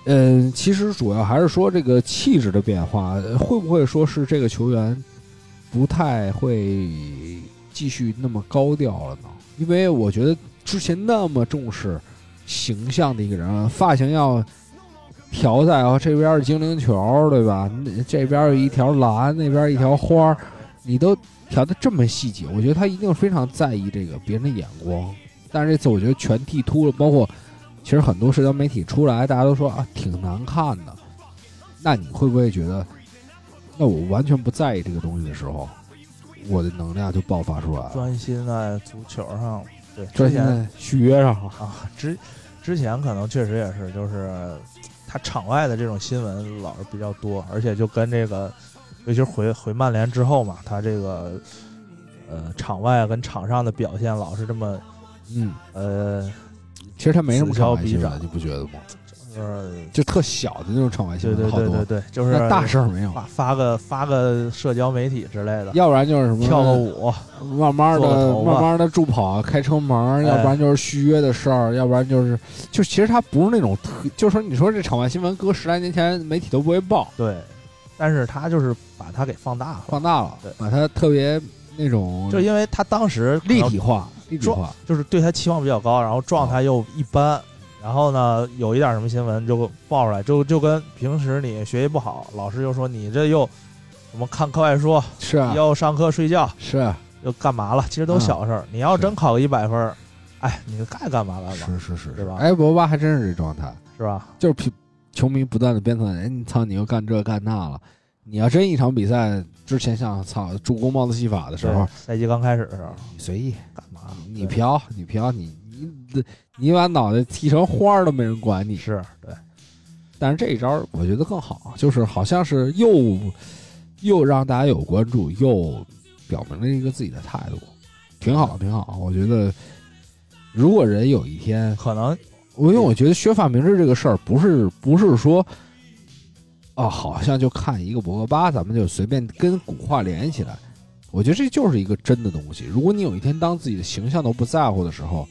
[SPEAKER 2] 嗯，其实主要还是说这个气质的变化，呃会不会说是这个球员不太会继续那么高调了呢？因为我觉得之前那么重视形象的一个人，发型要调在啊，这边是精灵球，对吧？那这边有一条蓝，那边一条花儿，你都调的这么细节，我觉得他一定非常在意这个别人的眼光。但是这次我觉得全剃秃了，包括其实很多社交媒体出来，大家都说啊挺难看的。那你会不会觉得，那我完全不在意这个东西的时候，我的能量就爆发出来了？
[SPEAKER 3] 专心在足球上。对，
[SPEAKER 2] 这
[SPEAKER 3] 之
[SPEAKER 2] 现
[SPEAKER 3] 前
[SPEAKER 2] 在续约上了，
[SPEAKER 3] 啊，之之前可能确实也是，就是他场外的这种新闻老是比较多，而且就跟这个，尤其是回回曼联之后嘛，他这个呃场外跟场上的表现老是这么
[SPEAKER 2] 嗯，
[SPEAKER 3] 呃，
[SPEAKER 2] 其实他没什么
[SPEAKER 3] 此消
[SPEAKER 2] 场外
[SPEAKER 3] 彼
[SPEAKER 2] 新闻，
[SPEAKER 3] 长
[SPEAKER 2] 你不觉得吗？
[SPEAKER 3] 就是
[SPEAKER 2] 就特小的那种场外新
[SPEAKER 3] 呃对
[SPEAKER 2] 闻
[SPEAKER 3] 对
[SPEAKER 2] 好
[SPEAKER 3] 对对
[SPEAKER 2] 多，
[SPEAKER 3] 对，就是
[SPEAKER 2] 那大事儿没有，
[SPEAKER 3] 发发个发个社交媒体之类的，
[SPEAKER 2] 要不然就是什么
[SPEAKER 3] 跳个舞，
[SPEAKER 2] 慢慢
[SPEAKER 3] 做个
[SPEAKER 2] 的、
[SPEAKER 3] 头发
[SPEAKER 2] 慢慢的助跑、开车门儿，
[SPEAKER 3] 哎
[SPEAKER 2] 要不然就是续约的事儿，要不然就是，就其实它不是那种特，就是说你说这场外新闻，搁十来年前媒体都不会报，
[SPEAKER 3] 对，但是他就是把它给放大了，
[SPEAKER 2] 放大了
[SPEAKER 3] 对，
[SPEAKER 2] 把它特别那种
[SPEAKER 3] 就因为他当时
[SPEAKER 2] 立体化、立体化，
[SPEAKER 3] 就是对他期望比较高，然后状态又一般，然后呢，有一点什么新闻就爆出来，就就跟平时你学习不好，老师就说你这又什么看课外书，
[SPEAKER 2] 是啊，
[SPEAKER 3] 又上课睡觉，
[SPEAKER 2] 是啊
[SPEAKER 3] 又干嘛了？其实都小事儿。你要
[SPEAKER 2] 是
[SPEAKER 3] 真考个一百分儿，哎，你该干嘛干嘛，
[SPEAKER 2] 是是是，
[SPEAKER 3] 对吧
[SPEAKER 2] 埃博巴还真是这状态，
[SPEAKER 3] 是吧？
[SPEAKER 2] 就是皮球迷不断的鞭策，哎，你操，你又干这干那了。你要真一场比赛之前像操助攻帽子戏法的时候嗯
[SPEAKER 3] 对，赛季刚开始的时候
[SPEAKER 2] 你随意，
[SPEAKER 3] 干嘛？
[SPEAKER 2] 你飘，你飘，你你你把脑袋剃成花儿都没人管你。
[SPEAKER 3] 是对，
[SPEAKER 2] 但是这一招儿我觉得更好，就是好像是又又让大家有关注，又表明了一个自己的态度，挺好，挺好。我觉得，如果人有一天，
[SPEAKER 3] 可能
[SPEAKER 2] 我因为我觉得削发明志这个事儿不是不是说。啊，好像就看一个博格巴，咱们就随便跟古话联系起来。我觉得这就是一个真的东西。如果你有一天当自己的形象都不在乎的时候，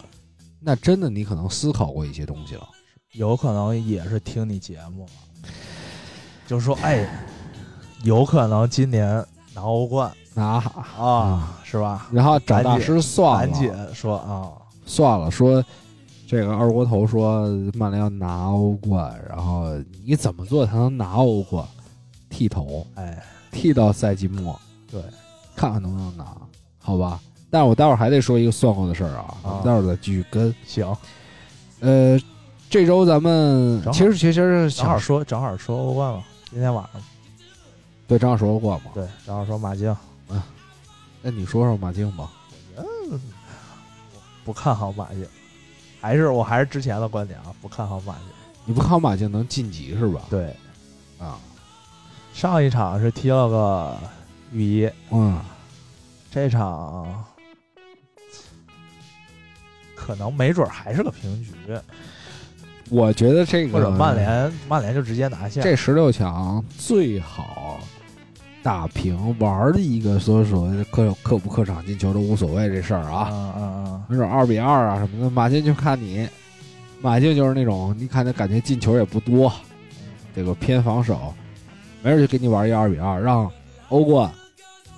[SPEAKER 2] 那真的你可能思考过一些东西了。
[SPEAKER 3] 有可能也是听你节目了，就说哎，有可能今年拿欧冠
[SPEAKER 2] 啊，
[SPEAKER 3] 啊，是吧？
[SPEAKER 2] 然后找大师算
[SPEAKER 3] 兰姐
[SPEAKER 2] 了，
[SPEAKER 3] 说啊，
[SPEAKER 2] 算了，说这个二锅头说曼联要拿欧冠，然后你怎么做才能拿欧冠？剃头，
[SPEAKER 3] 哎，
[SPEAKER 2] 剃到赛季末，
[SPEAKER 3] 对，
[SPEAKER 2] 看看能不能拿，好吧？但是我待会儿还得说一个算过的事儿啊，我们待会儿再继续跟。
[SPEAKER 3] 行，
[SPEAKER 2] 呃，这周咱们
[SPEAKER 3] 正好
[SPEAKER 2] 其实其实
[SPEAKER 3] 正好
[SPEAKER 2] 想
[SPEAKER 3] 说正好说欧冠嘛，今天晚上
[SPEAKER 2] 对正好说欧冠嘛，
[SPEAKER 3] 对，正好说马竞
[SPEAKER 2] 那你说说马竞吧。
[SPEAKER 3] 不看好马竞，还是我还是之前的观点啊，不看好马竞。
[SPEAKER 2] 你不看马竞能晋级是吧？
[SPEAKER 3] 对，
[SPEAKER 2] 啊，
[SPEAKER 3] 上一场是踢了个御一，
[SPEAKER 2] 嗯，
[SPEAKER 3] 这场可能没准还是个平局，
[SPEAKER 2] 我觉得这个
[SPEAKER 3] 或者曼联曼联就直接拿下。
[SPEAKER 2] 嗯
[SPEAKER 3] 嗯
[SPEAKER 2] 这十六强最好打平玩儿的一个所所谓的客客不客场进球都无所谓这事儿
[SPEAKER 3] 啊
[SPEAKER 2] 啊，
[SPEAKER 3] 啊啊！
[SPEAKER 2] 没准二比二啊什么的，马竞就看你，马竞就是那种你看他感觉进球也不多，这个偏防守，没准就给你玩一二比二，让欧冠。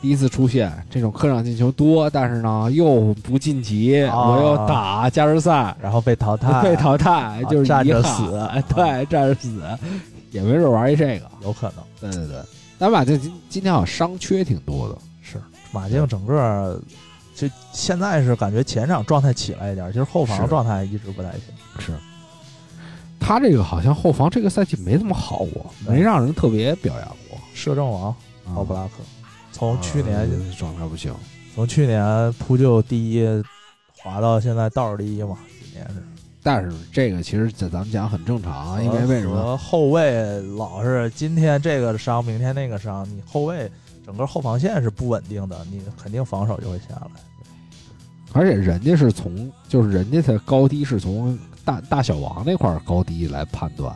[SPEAKER 2] 第一次出现这种客场进球多，但是呢又不晋级，
[SPEAKER 3] 啊
[SPEAKER 2] 我又打加时赛，
[SPEAKER 3] 然后被淘汰，
[SPEAKER 2] 被淘汰就是
[SPEAKER 3] 啊站
[SPEAKER 2] 遗
[SPEAKER 3] 着
[SPEAKER 2] 憾
[SPEAKER 3] 死啊
[SPEAKER 2] 哎对，站着死，也没准玩一这个。
[SPEAKER 3] 有可能。
[SPEAKER 2] 对对对，但马竞今今天好像伤缺挺多的，
[SPEAKER 3] 是马竞整个儿就现在是感觉前场状态起来一点儿，其实后防
[SPEAKER 2] 是
[SPEAKER 3] 状态一直不太行。
[SPEAKER 2] 是。他这个好像后防这个赛季没怎么好过，
[SPEAKER 3] 对
[SPEAKER 2] 没让人特别表扬过。
[SPEAKER 3] 摄政王
[SPEAKER 2] 嗯
[SPEAKER 3] 奥布拉克从去年、
[SPEAKER 2] 呃状态不行，
[SPEAKER 3] 从去年扑救第一滑到现在倒数第一嘛，今年是
[SPEAKER 2] 但是这个其实咱咱们讲很正常啊，因为为什么？
[SPEAKER 3] 和后卫老是今天这个伤，明天那个伤，你后卫整个后防线是不稳定的，你肯定防守就会下来。
[SPEAKER 2] 而且人家是从就是人家的高低是从大大小王那块儿高低来判断，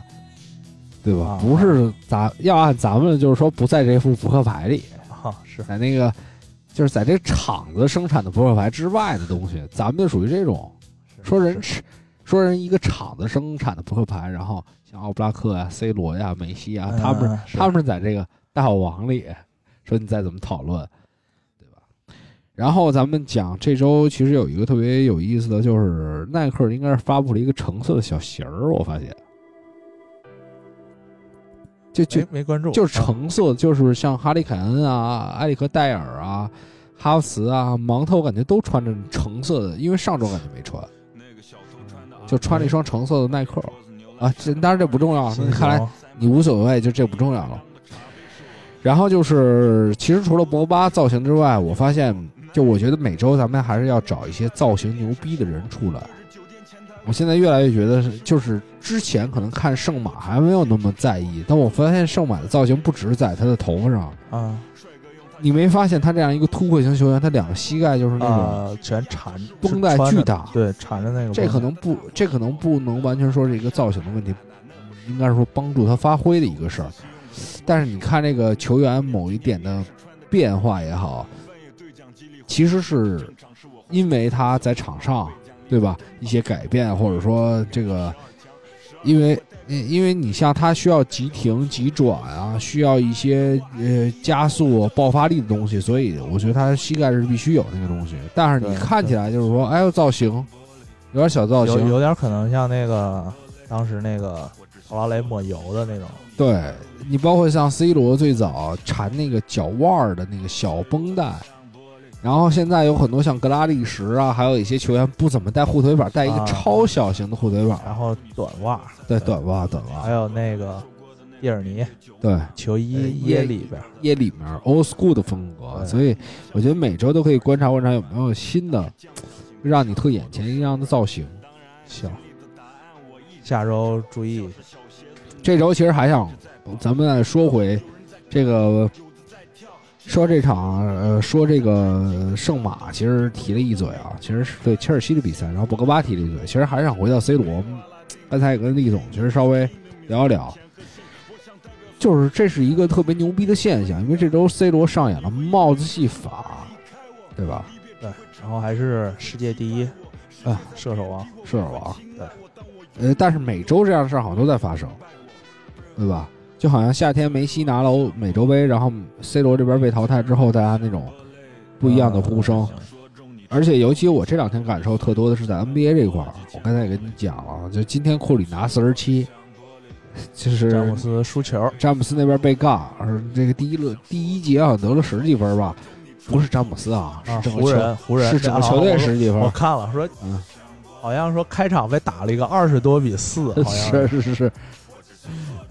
[SPEAKER 2] 对吧？
[SPEAKER 3] 啊
[SPEAKER 2] 不是咱要按咱们就是说不在这副扑克牌里，
[SPEAKER 3] 啊，是
[SPEAKER 2] 在那个就是在这厂子生产的扑克牌之外的东西，咱们就属于这种说人吃，说人一个厂子生产的扑克牌，然后像奥布拉克呀、C 罗呀、梅西呀，
[SPEAKER 3] 嗯
[SPEAKER 2] 他们、
[SPEAKER 3] 是
[SPEAKER 2] 他们在这个大好王里说你再怎么讨论，对吧？然后咱们讲这周其实有一个特别有意思的，就是耐克应该是发布了一个橙色的小鞋儿，我发现，就就
[SPEAKER 3] 没没关注，
[SPEAKER 2] 就是
[SPEAKER 3] 啊
[SPEAKER 2] 橙色，就是像哈里凯恩啊、埃里克戴尔啊、哈弗茨啊、芒特，我感觉都穿着橙色的，因为上周感觉没穿，就穿了一双橙色的耐克啊。这当然这不重要，
[SPEAKER 3] 新
[SPEAKER 2] 那看来
[SPEAKER 3] 球
[SPEAKER 2] 你无所谓，就这不重要了。然后就是，其实除了博格巴造型之外，我发现，就我觉得每周咱们还是要找一些造型牛逼的人出来。我现在越来越觉得是，就是之前可能看圣马还没有那么在意，但我发现圣马的造型不只是在他的头发上，
[SPEAKER 3] 啊
[SPEAKER 2] 你没发现他这样一个突破型球员，他两个膝盖就是那种、
[SPEAKER 3] 啊，全缠
[SPEAKER 2] 绷带
[SPEAKER 3] 穿
[SPEAKER 2] 巨
[SPEAKER 3] 着
[SPEAKER 2] 大
[SPEAKER 3] 对，缠着那个绷带，
[SPEAKER 2] 这可能不，这可能不能完全说是一个造型的问题，应该是说帮助他发挥的一个事儿。但是你看这个球员某一点的变化也好，其实是因为他在场上，对吧？一些改变，或者说这个，因为因因为你像他需要急停、急转啊，需要一些呃加速、爆发力的东西，所以我觉得他膝盖是必须有那个东西。但是你
[SPEAKER 3] 对
[SPEAKER 2] 看起
[SPEAKER 3] 对
[SPEAKER 2] 来就是说，哎呦，造型有点小造
[SPEAKER 3] 有
[SPEAKER 2] 型，
[SPEAKER 3] 有点可能像那个当时那个奥拉雷抹油的那种，
[SPEAKER 2] 对你包括像 C 罗最早缠那个脚腕儿的那个小绷带，然后现在有很多像格拉利什啊，还有一些球员不怎么带护腿板，带一个
[SPEAKER 3] 啊
[SPEAKER 2] 超小型的护腿板，
[SPEAKER 3] 然后短袜，
[SPEAKER 2] 对短袜短
[SPEAKER 3] 还
[SPEAKER 2] 袜，
[SPEAKER 3] 有那个蒂尔尼
[SPEAKER 2] 对
[SPEAKER 3] 球
[SPEAKER 2] 呃
[SPEAKER 3] 衣
[SPEAKER 2] 耶
[SPEAKER 3] 掖里边，
[SPEAKER 2] 也里面 old school 的风格，
[SPEAKER 3] 对
[SPEAKER 2] 所以我觉得每周都可以观察观察有没有新的让你特眼前一亮的造型。
[SPEAKER 3] 行，下周注意
[SPEAKER 2] 这周其实还想，咱们再说回这个，说这场呃，说这个圣马，其实提了一嘴啊，其实是对切尔西的比赛，然后博格巴提了一嘴，其实还是想回到 C 罗，刚才也跟厉总其实稍微聊一聊，就是这是一个特别牛逼的现象，因为这周 C 罗上演了帽子戏法，对吧？
[SPEAKER 3] 对，然后还是世界第一
[SPEAKER 2] 啊，
[SPEAKER 3] 射手王，
[SPEAKER 2] 射手王，
[SPEAKER 3] 对，
[SPEAKER 2] 呃，但是每周这样的事儿好像都在发生，对吧？就好像夏天梅西拿了欧美洲杯，然后 C 罗这边被淘汰之后，大家那种不一样的呼声。
[SPEAKER 3] 啊
[SPEAKER 2] 而且尤其我这两天感受特多的是在 NBA 这一块儿，我刚才也跟你讲了，就今天库里拿四十七，就
[SPEAKER 3] 詹
[SPEAKER 2] 是
[SPEAKER 3] 姆斯输球，
[SPEAKER 2] 詹姆斯那边被杠，而这个第一轮第一节好像得了十几分吧，不是詹姆斯啊，是
[SPEAKER 3] 啊
[SPEAKER 2] 整个
[SPEAKER 3] 湖
[SPEAKER 2] 球、
[SPEAKER 3] 人湖人
[SPEAKER 2] 是整个
[SPEAKER 3] 这
[SPEAKER 2] 球队
[SPEAKER 3] 啊
[SPEAKER 2] 十几分
[SPEAKER 3] 我，看了说
[SPEAKER 2] 嗯，
[SPEAKER 3] 好像说开场被打了一个二十多比四，好像
[SPEAKER 2] 是，是是是，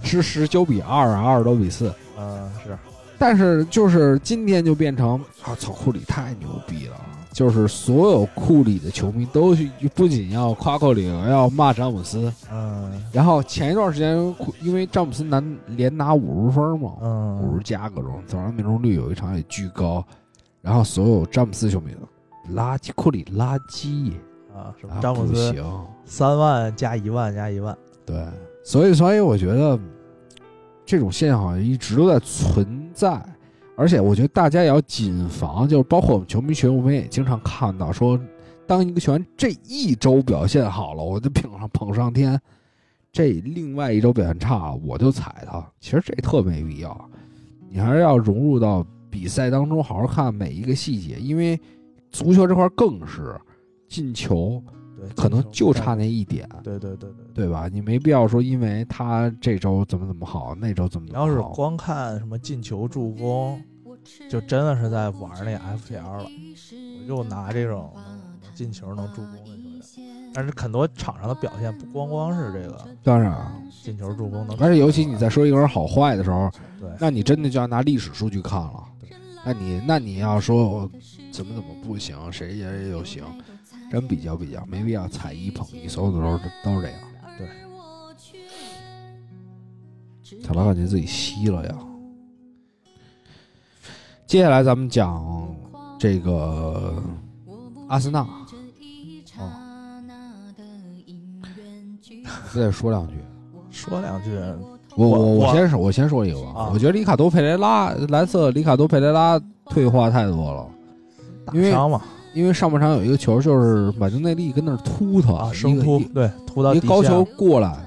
[SPEAKER 2] 是十九比二啊，二十多比四。
[SPEAKER 3] 嗯，是
[SPEAKER 2] 但是就是今天就变成啊，操，库里太牛逼了！啊就是所有库里的球迷都去不仅要夸库里，要骂詹姆斯。
[SPEAKER 3] 嗯
[SPEAKER 2] 然后前一段时间，库因为詹姆斯难连拿五十分嘛，五
[SPEAKER 3] 嗯
[SPEAKER 2] 十加各种，早上命中率有一场也巨高。然后所有詹姆斯球迷都，垃圾库里垃圾，
[SPEAKER 3] 啊，什
[SPEAKER 2] 啊
[SPEAKER 3] 么詹姆
[SPEAKER 2] 不
[SPEAKER 3] 斯
[SPEAKER 2] 行，
[SPEAKER 3] 三万加一万加一万，
[SPEAKER 2] 对，所以所以我觉得这种现象好像一直都在存在，而且我觉得大家也要谨防，就是包括我们球迷群，我们也经常看到说，当一个球员这一周表现好了，我就捧上捧上天；这另外一周表现差，我就踩他。其实这特没必要，你还是要融入到比赛当中，好好看每一个细节，因为足球这块更是进球
[SPEAKER 3] 对，
[SPEAKER 2] 可能就
[SPEAKER 3] 进球
[SPEAKER 2] 差那一点。
[SPEAKER 3] 对对对对对。
[SPEAKER 2] 对吧？你没必要说因为他这周怎么怎么好，那周怎么
[SPEAKER 3] 你
[SPEAKER 2] 怎
[SPEAKER 3] 要
[SPEAKER 2] 么
[SPEAKER 3] 是
[SPEAKER 2] 好。
[SPEAKER 3] 光看什么进球、助攻，就真的是在玩那 FPL 了。我就拿这种能能进球、能助攻的球员，但是很多场上的表现不光光是这个
[SPEAKER 2] 当然啊，
[SPEAKER 3] 进球、助攻能。
[SPEAKER 2] 而且尤其你在说一个人好坏的时候，
[SPEAKER 3] 对
[SPEAKER 2] 那你真的就要拿历史数据看了。那你那你要说我怎么怎么不行，谁也有行，真比较比较，没必要踩一捧一，所有的时候都是这样。小老感觉自己吸了呀。接下来咱们讲这个阿森纳，哦，再说两句。
[SPEAKER 3] 说两句，
[SPEAKER 2] 我
[SPEAKER 3] 我
[SPEAKER 2] 我
[SPEAKER 3] 我
[SPEAKER 2] 先说，我先说一个吧。
[SPEAKER 3] 啊
[SPEAKER 2] 我觉得里卡多佩雷拉，蓝色里卡多佩雷拉退化太多了。
[SPEAKER 3] 打
[SPEAKER 2] 因为
[SPEAKER 3] 伤嘛，
[SPEAKER 2] 因为上半场有一个球就是马丁内利跟那儿突他，
[SPEAKER 3] 啊，
[SPEAKER 2] 一个
[SPEAKER 3] 生突
[SPEAKER 2] 一
[SPEAKER 3] 对突到
[SPEAKER 2] 一
[SPEAKER 3] 底
[SPEAKER 2] 个高
[SPEAKER 3] 线
[SPEAKER 2] 球过来，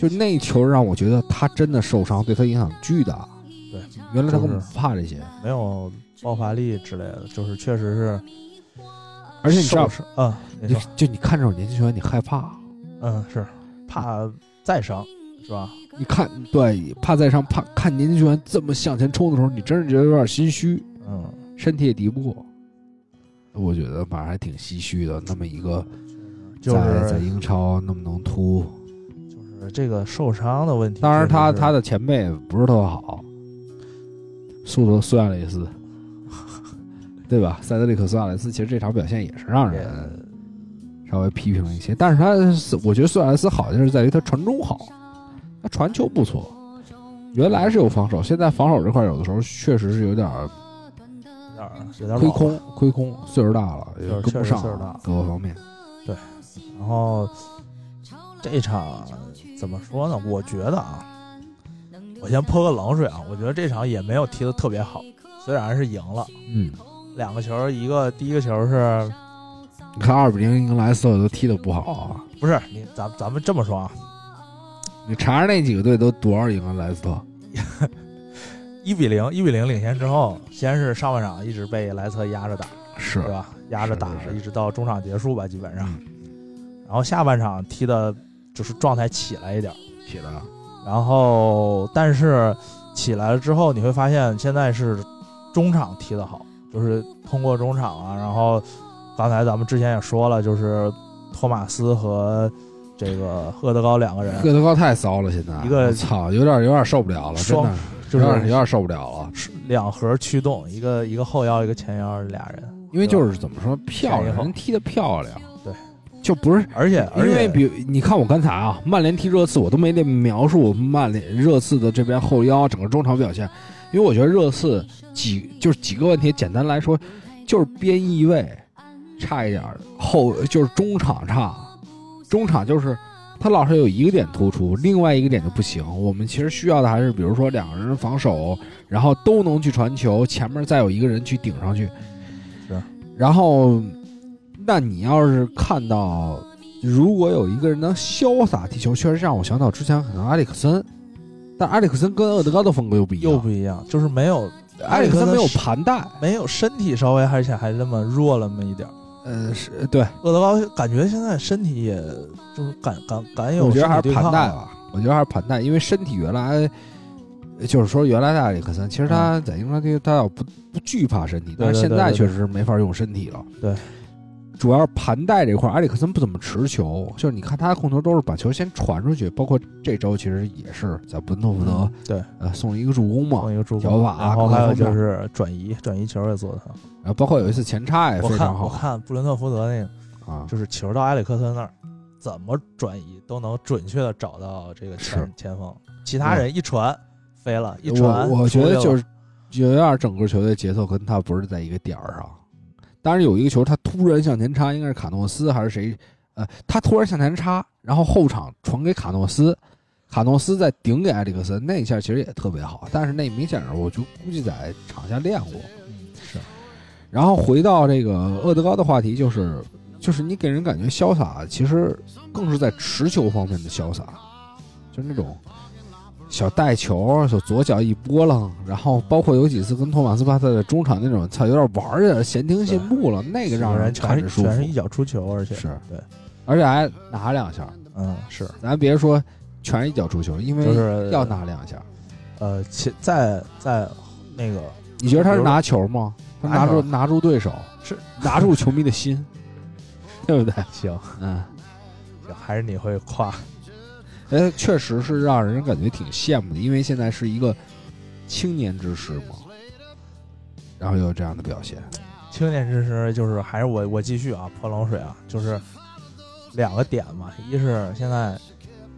[SPEAKER 2] 就那球让我觉得他真的受伤，对他影响巨大。
[SPEAKER 3] 对，
[SPEAKER 2] 原来他根
[SPEAKER 3] 就
[SPEAKER 2] 本
[SPEAKER 3] 是
[SPEAKER 2] 不怕这些，
[SPEAKER 3] 没有爆发力之类的，就是确实是，
[SPEAKER 2] 而且你知道，
[SPEAKER 3] 嗯，你
[SPEAKER 2] 你
[SPEAKER 3] 说，
[SPEAKER 2] 就你看这种年轻球员，你害怕，
[SPEAKER 3] 嗯，是怕再伤是吧？
[SPEAKER 2] 你看对怕再上，怕看年轻球员这么向前冲的时候，你真是觉得有点心虚，
[SPEAKER 3] 嗯，
[SPEAKER 2] 身体也敌不过。我觉得反正还挺唏嘘的，那么一个
[SPEAKER 3] 就
[SPEAKER 2] 在在
[SPEAKER 3] 是
[SPEAKER 2] 英超那么能突，
[SPEAKER 3] 就是这个受伤的问题，
[SPEAKER 2] 当然他
[SPEAKER 3] 确实是
[SPEAKER 2] 他的前辈不是特好，速度苏亚雷 斯，对吧？塞德里克苏亚雷斯其实这场表现也是让人稍微批评了一些，但是他我觉得苏亚雷斯好就是在于他传中好，他传球不错。原来是有防守，现在防守这块有的时候确实是有点儿
[SPEAKER 3] 有点儿有点儿
[SPEAKER 2] 亏
[SPEAKER 3] 老了
[SPEAKER 2] 空，亏空，岁数大了也
[SPEAKER 3] 确实
[SPEAKER 2] 跟不上
[SPEAKER 3] 确实岁数大了
[SPEAKER 2] 各个方面。
[SPEAKER 3] 然后这场怎么说呢？我觉得啊，我先泼个冷水啊，我觉得这场也没有踢得特别好，虽然是赢了
[SPEAKER 2] 嗯，
[SPEAKER 3] 两个球，一个第一个球是
[SPEAKER 2] 你看二比零英格兰所有都踢得不好啊，
[SPEAKER 3] 不是你咱咱们这么说啊？
[SPEAKER 2] 你查查那几个队都多少赢了莱斯特？
[SPEAKER 3] 一比零，一比零领先之后，先是上半场一直被莱斯特压着打，
[SPEAKER 2] 是
[SPEAKER 3] 对吧？压着打
[SPEAKER 2] 是是嗯
[SPEAKER 3] 一直到中场结束吧，基本上。然后下半场踢的就是状态起来一点儿，
[SPEAKER 2] 起来了，
[SPEAKER 3] 然后但是起来了之后，你会发现现在是中场踢得好，就是通过中场啊。然后刚才咱们之前也说了，就是托马斯和这个厄德高两个人，
[SPEAKER 2] 个头高太骚了，现在
[SPEAKER 3] 一个
[SPEAKER 2] 我操，有点有点受不了了，真
[SPEAKER 3] 双
[SPEAKER 2] 的
[SPEAKER 3] 就
[SPEAKER 2] 有点有
[SPEAKER 3] 是
[SPEAKER 2] 点受不了了，
[SPEAKER 3] 两核驱动，一个一个后腰，一个前腰，俩人。
[SPEAKER 2] 因为就是怎么说漂
[SPEAKER 3] 前
[SPEAKER 2] 亮，
[SPEAKER 3] 一后
[SPEAKER 2] 人踢得漂亮，
[SPEAKER 3] 对，
[SPEAKER 2] 就不是。
[SPEAKER 3] 而且
[SPEAKER 2] 因
[SPEAKER 3] 而且
[SPEAKER 2] 为比你看我刚才啊，曼联踢热刺，我都没得描述曼联热刺的这边后腰整个中场表现，因为我觉得热刺几就是几个问题，简单来说就是边翼位差一点儿，后就是中场差，中场就是他老是有一个点突出，另外一个点就不行。我们其实需要的还是比如说两个人防守，然后都能去传球，前面再有一个人去顶上去。
[SPEAKER 3] 是，
[SPEAKER 2] 然后那你要是看到。如果有一个人能潇洒踢球，确实让我想到之前可能埃里克森，但埃里克森跟厄德高的风格又不一样，
[SPEAKER 3] 又不一样，就是没有
[SPEAKER 2] 埃里克森没有盘带，
[SPEAKER 3] 没有身体稍微，而且还那么弱了那么一点儿。
[SPEAKER 2] 呃，是对，
[SPEAKER 3] 厄德高感觉现在身体也就是敢敢敢有
[SPEAKER 2] 我觉得还
[SPEAKER 3] 哎身体
[SPEAKER 2] 是
[SPEAKER 3] 对
[SPEAKER 2] 盘
[SPEAKER 3] 抗啊
[SPEAKER 2] 带吧，我觉得还是盘带，因为身体原来呃就是说原来的埃里克森，其实他在英格兰队他要不不惧怕身体，
[SPEAKER 3] 对
[SPEAKER 2] 但是
[SPEAKER 3] 嗯对
[SPEAKER 2] 现
[SPEAKER 3] 对
[SPEAKER 2] 在
[SPEAKER 3] 对
[SPEAKER 2] 确实没法用身体了。
[SPEAKER 3] 对，
[SPEAKER 2] 主要是盘带这块儿，埃里克森不怎么持球，就是你看他的控球都是把球先传出去，包括这周其实也是在布伦特福德
[SPEAKER 3] 嗯对，
[SPEAKER 2] 呃送了一个助攻嘛，
[SPEAKER 3] 放一个助
[SPEAKER 2] 脚
[SPEAKER 3] 攻，
[SPEAKER 2] 法
[SPEAKER 3] 然后还有
[SPEAKER 2] 各
[SPEAKER 3] 就
[SPEAKER 2] 方面
[SPEAKER 3] 是转移，转移球也做得很好。
[SPEAKER 2] 然后包括有一次前插也
[SPEAKER 3] 我
[SPEAKER 2] 哎非
[SPEAKER 3] 看
[SPEAKER 2] 常
[SPEAKER 3] 我
[SPEAKER 2] 好
[SPEAKER 3] 看布伦特福德那个，
[SPEAKER 2] 啊，
[SPEAKER 3] 就是球到埃里克森那儿，怎么转移都能准确的找到这个前前锋，其他人一传飞了，一传
[SPEAKER 2] 嗯我我觉得就是是有点整个球队节奏跟他不是在一个点儿上。当然有一个球他突然向前插，应该是卡诺斯还是谁？呃，他突然向前插，然后后场传给卡诺斯，卡诺斯再顶给埃里克森，那一下其实也特别好，但是那明显是我就估计在场下练过。
[SPEAKER 3] 嗯是
[SPEAKER 2] 然后回到这个厄德高的话题，就是就是你给人感觉潇洒，其实更是在持球方面的潇洒，就是那种小带球，小左脚一波浪，然后包括有几次跟托马斯巴特在中场那种，操，有点玩儿去了，闲庭信步了，那个让
[SPEAKER 3] 人
[SPEAKER 2] 人看
[SPEAKER 3] 全
[SPEAKER 2] 着
[SPEAKER 3] 是
[SPEAKER 2] 舒服
[SPEAKER 3] 全是，一脚出球，而且
[SPEAKER 2] 是
[SPEAKER 3] 对，
[SPEAKER 2] 而且还拿两下，
[SPEAKER 3] 嗯是
[SPEAKER 2] 咱别说全是一脚出球，因
[SPEAKER 3] 就
[SPEAKER 2] 为
[SPEAKER 3] 是
[SPEAKER 2] 要拿两下。
[SPEAKER 3] 呃其在在那个
[SPEAKER 2] 你觉得他是拿球吗？他拿住拿住对手，
[SPEAKER 3] 是
[SPEAKER 2] 拿住球迷的 心，对 不对？
[SPEAKER 3] 行
[SPEAKER 2] 嗯。
[SPEAKER 3] 行还是你会夸
[SPEAKER 2] 哎，确实是让人感觉挺羡慕的，因为现在是一个青年之师嘛，然后又有这样的表现，
[SPEAKER 3] 青年之师就是还是我我继续啊泼冷水啊，就是两个点嘛，一是现在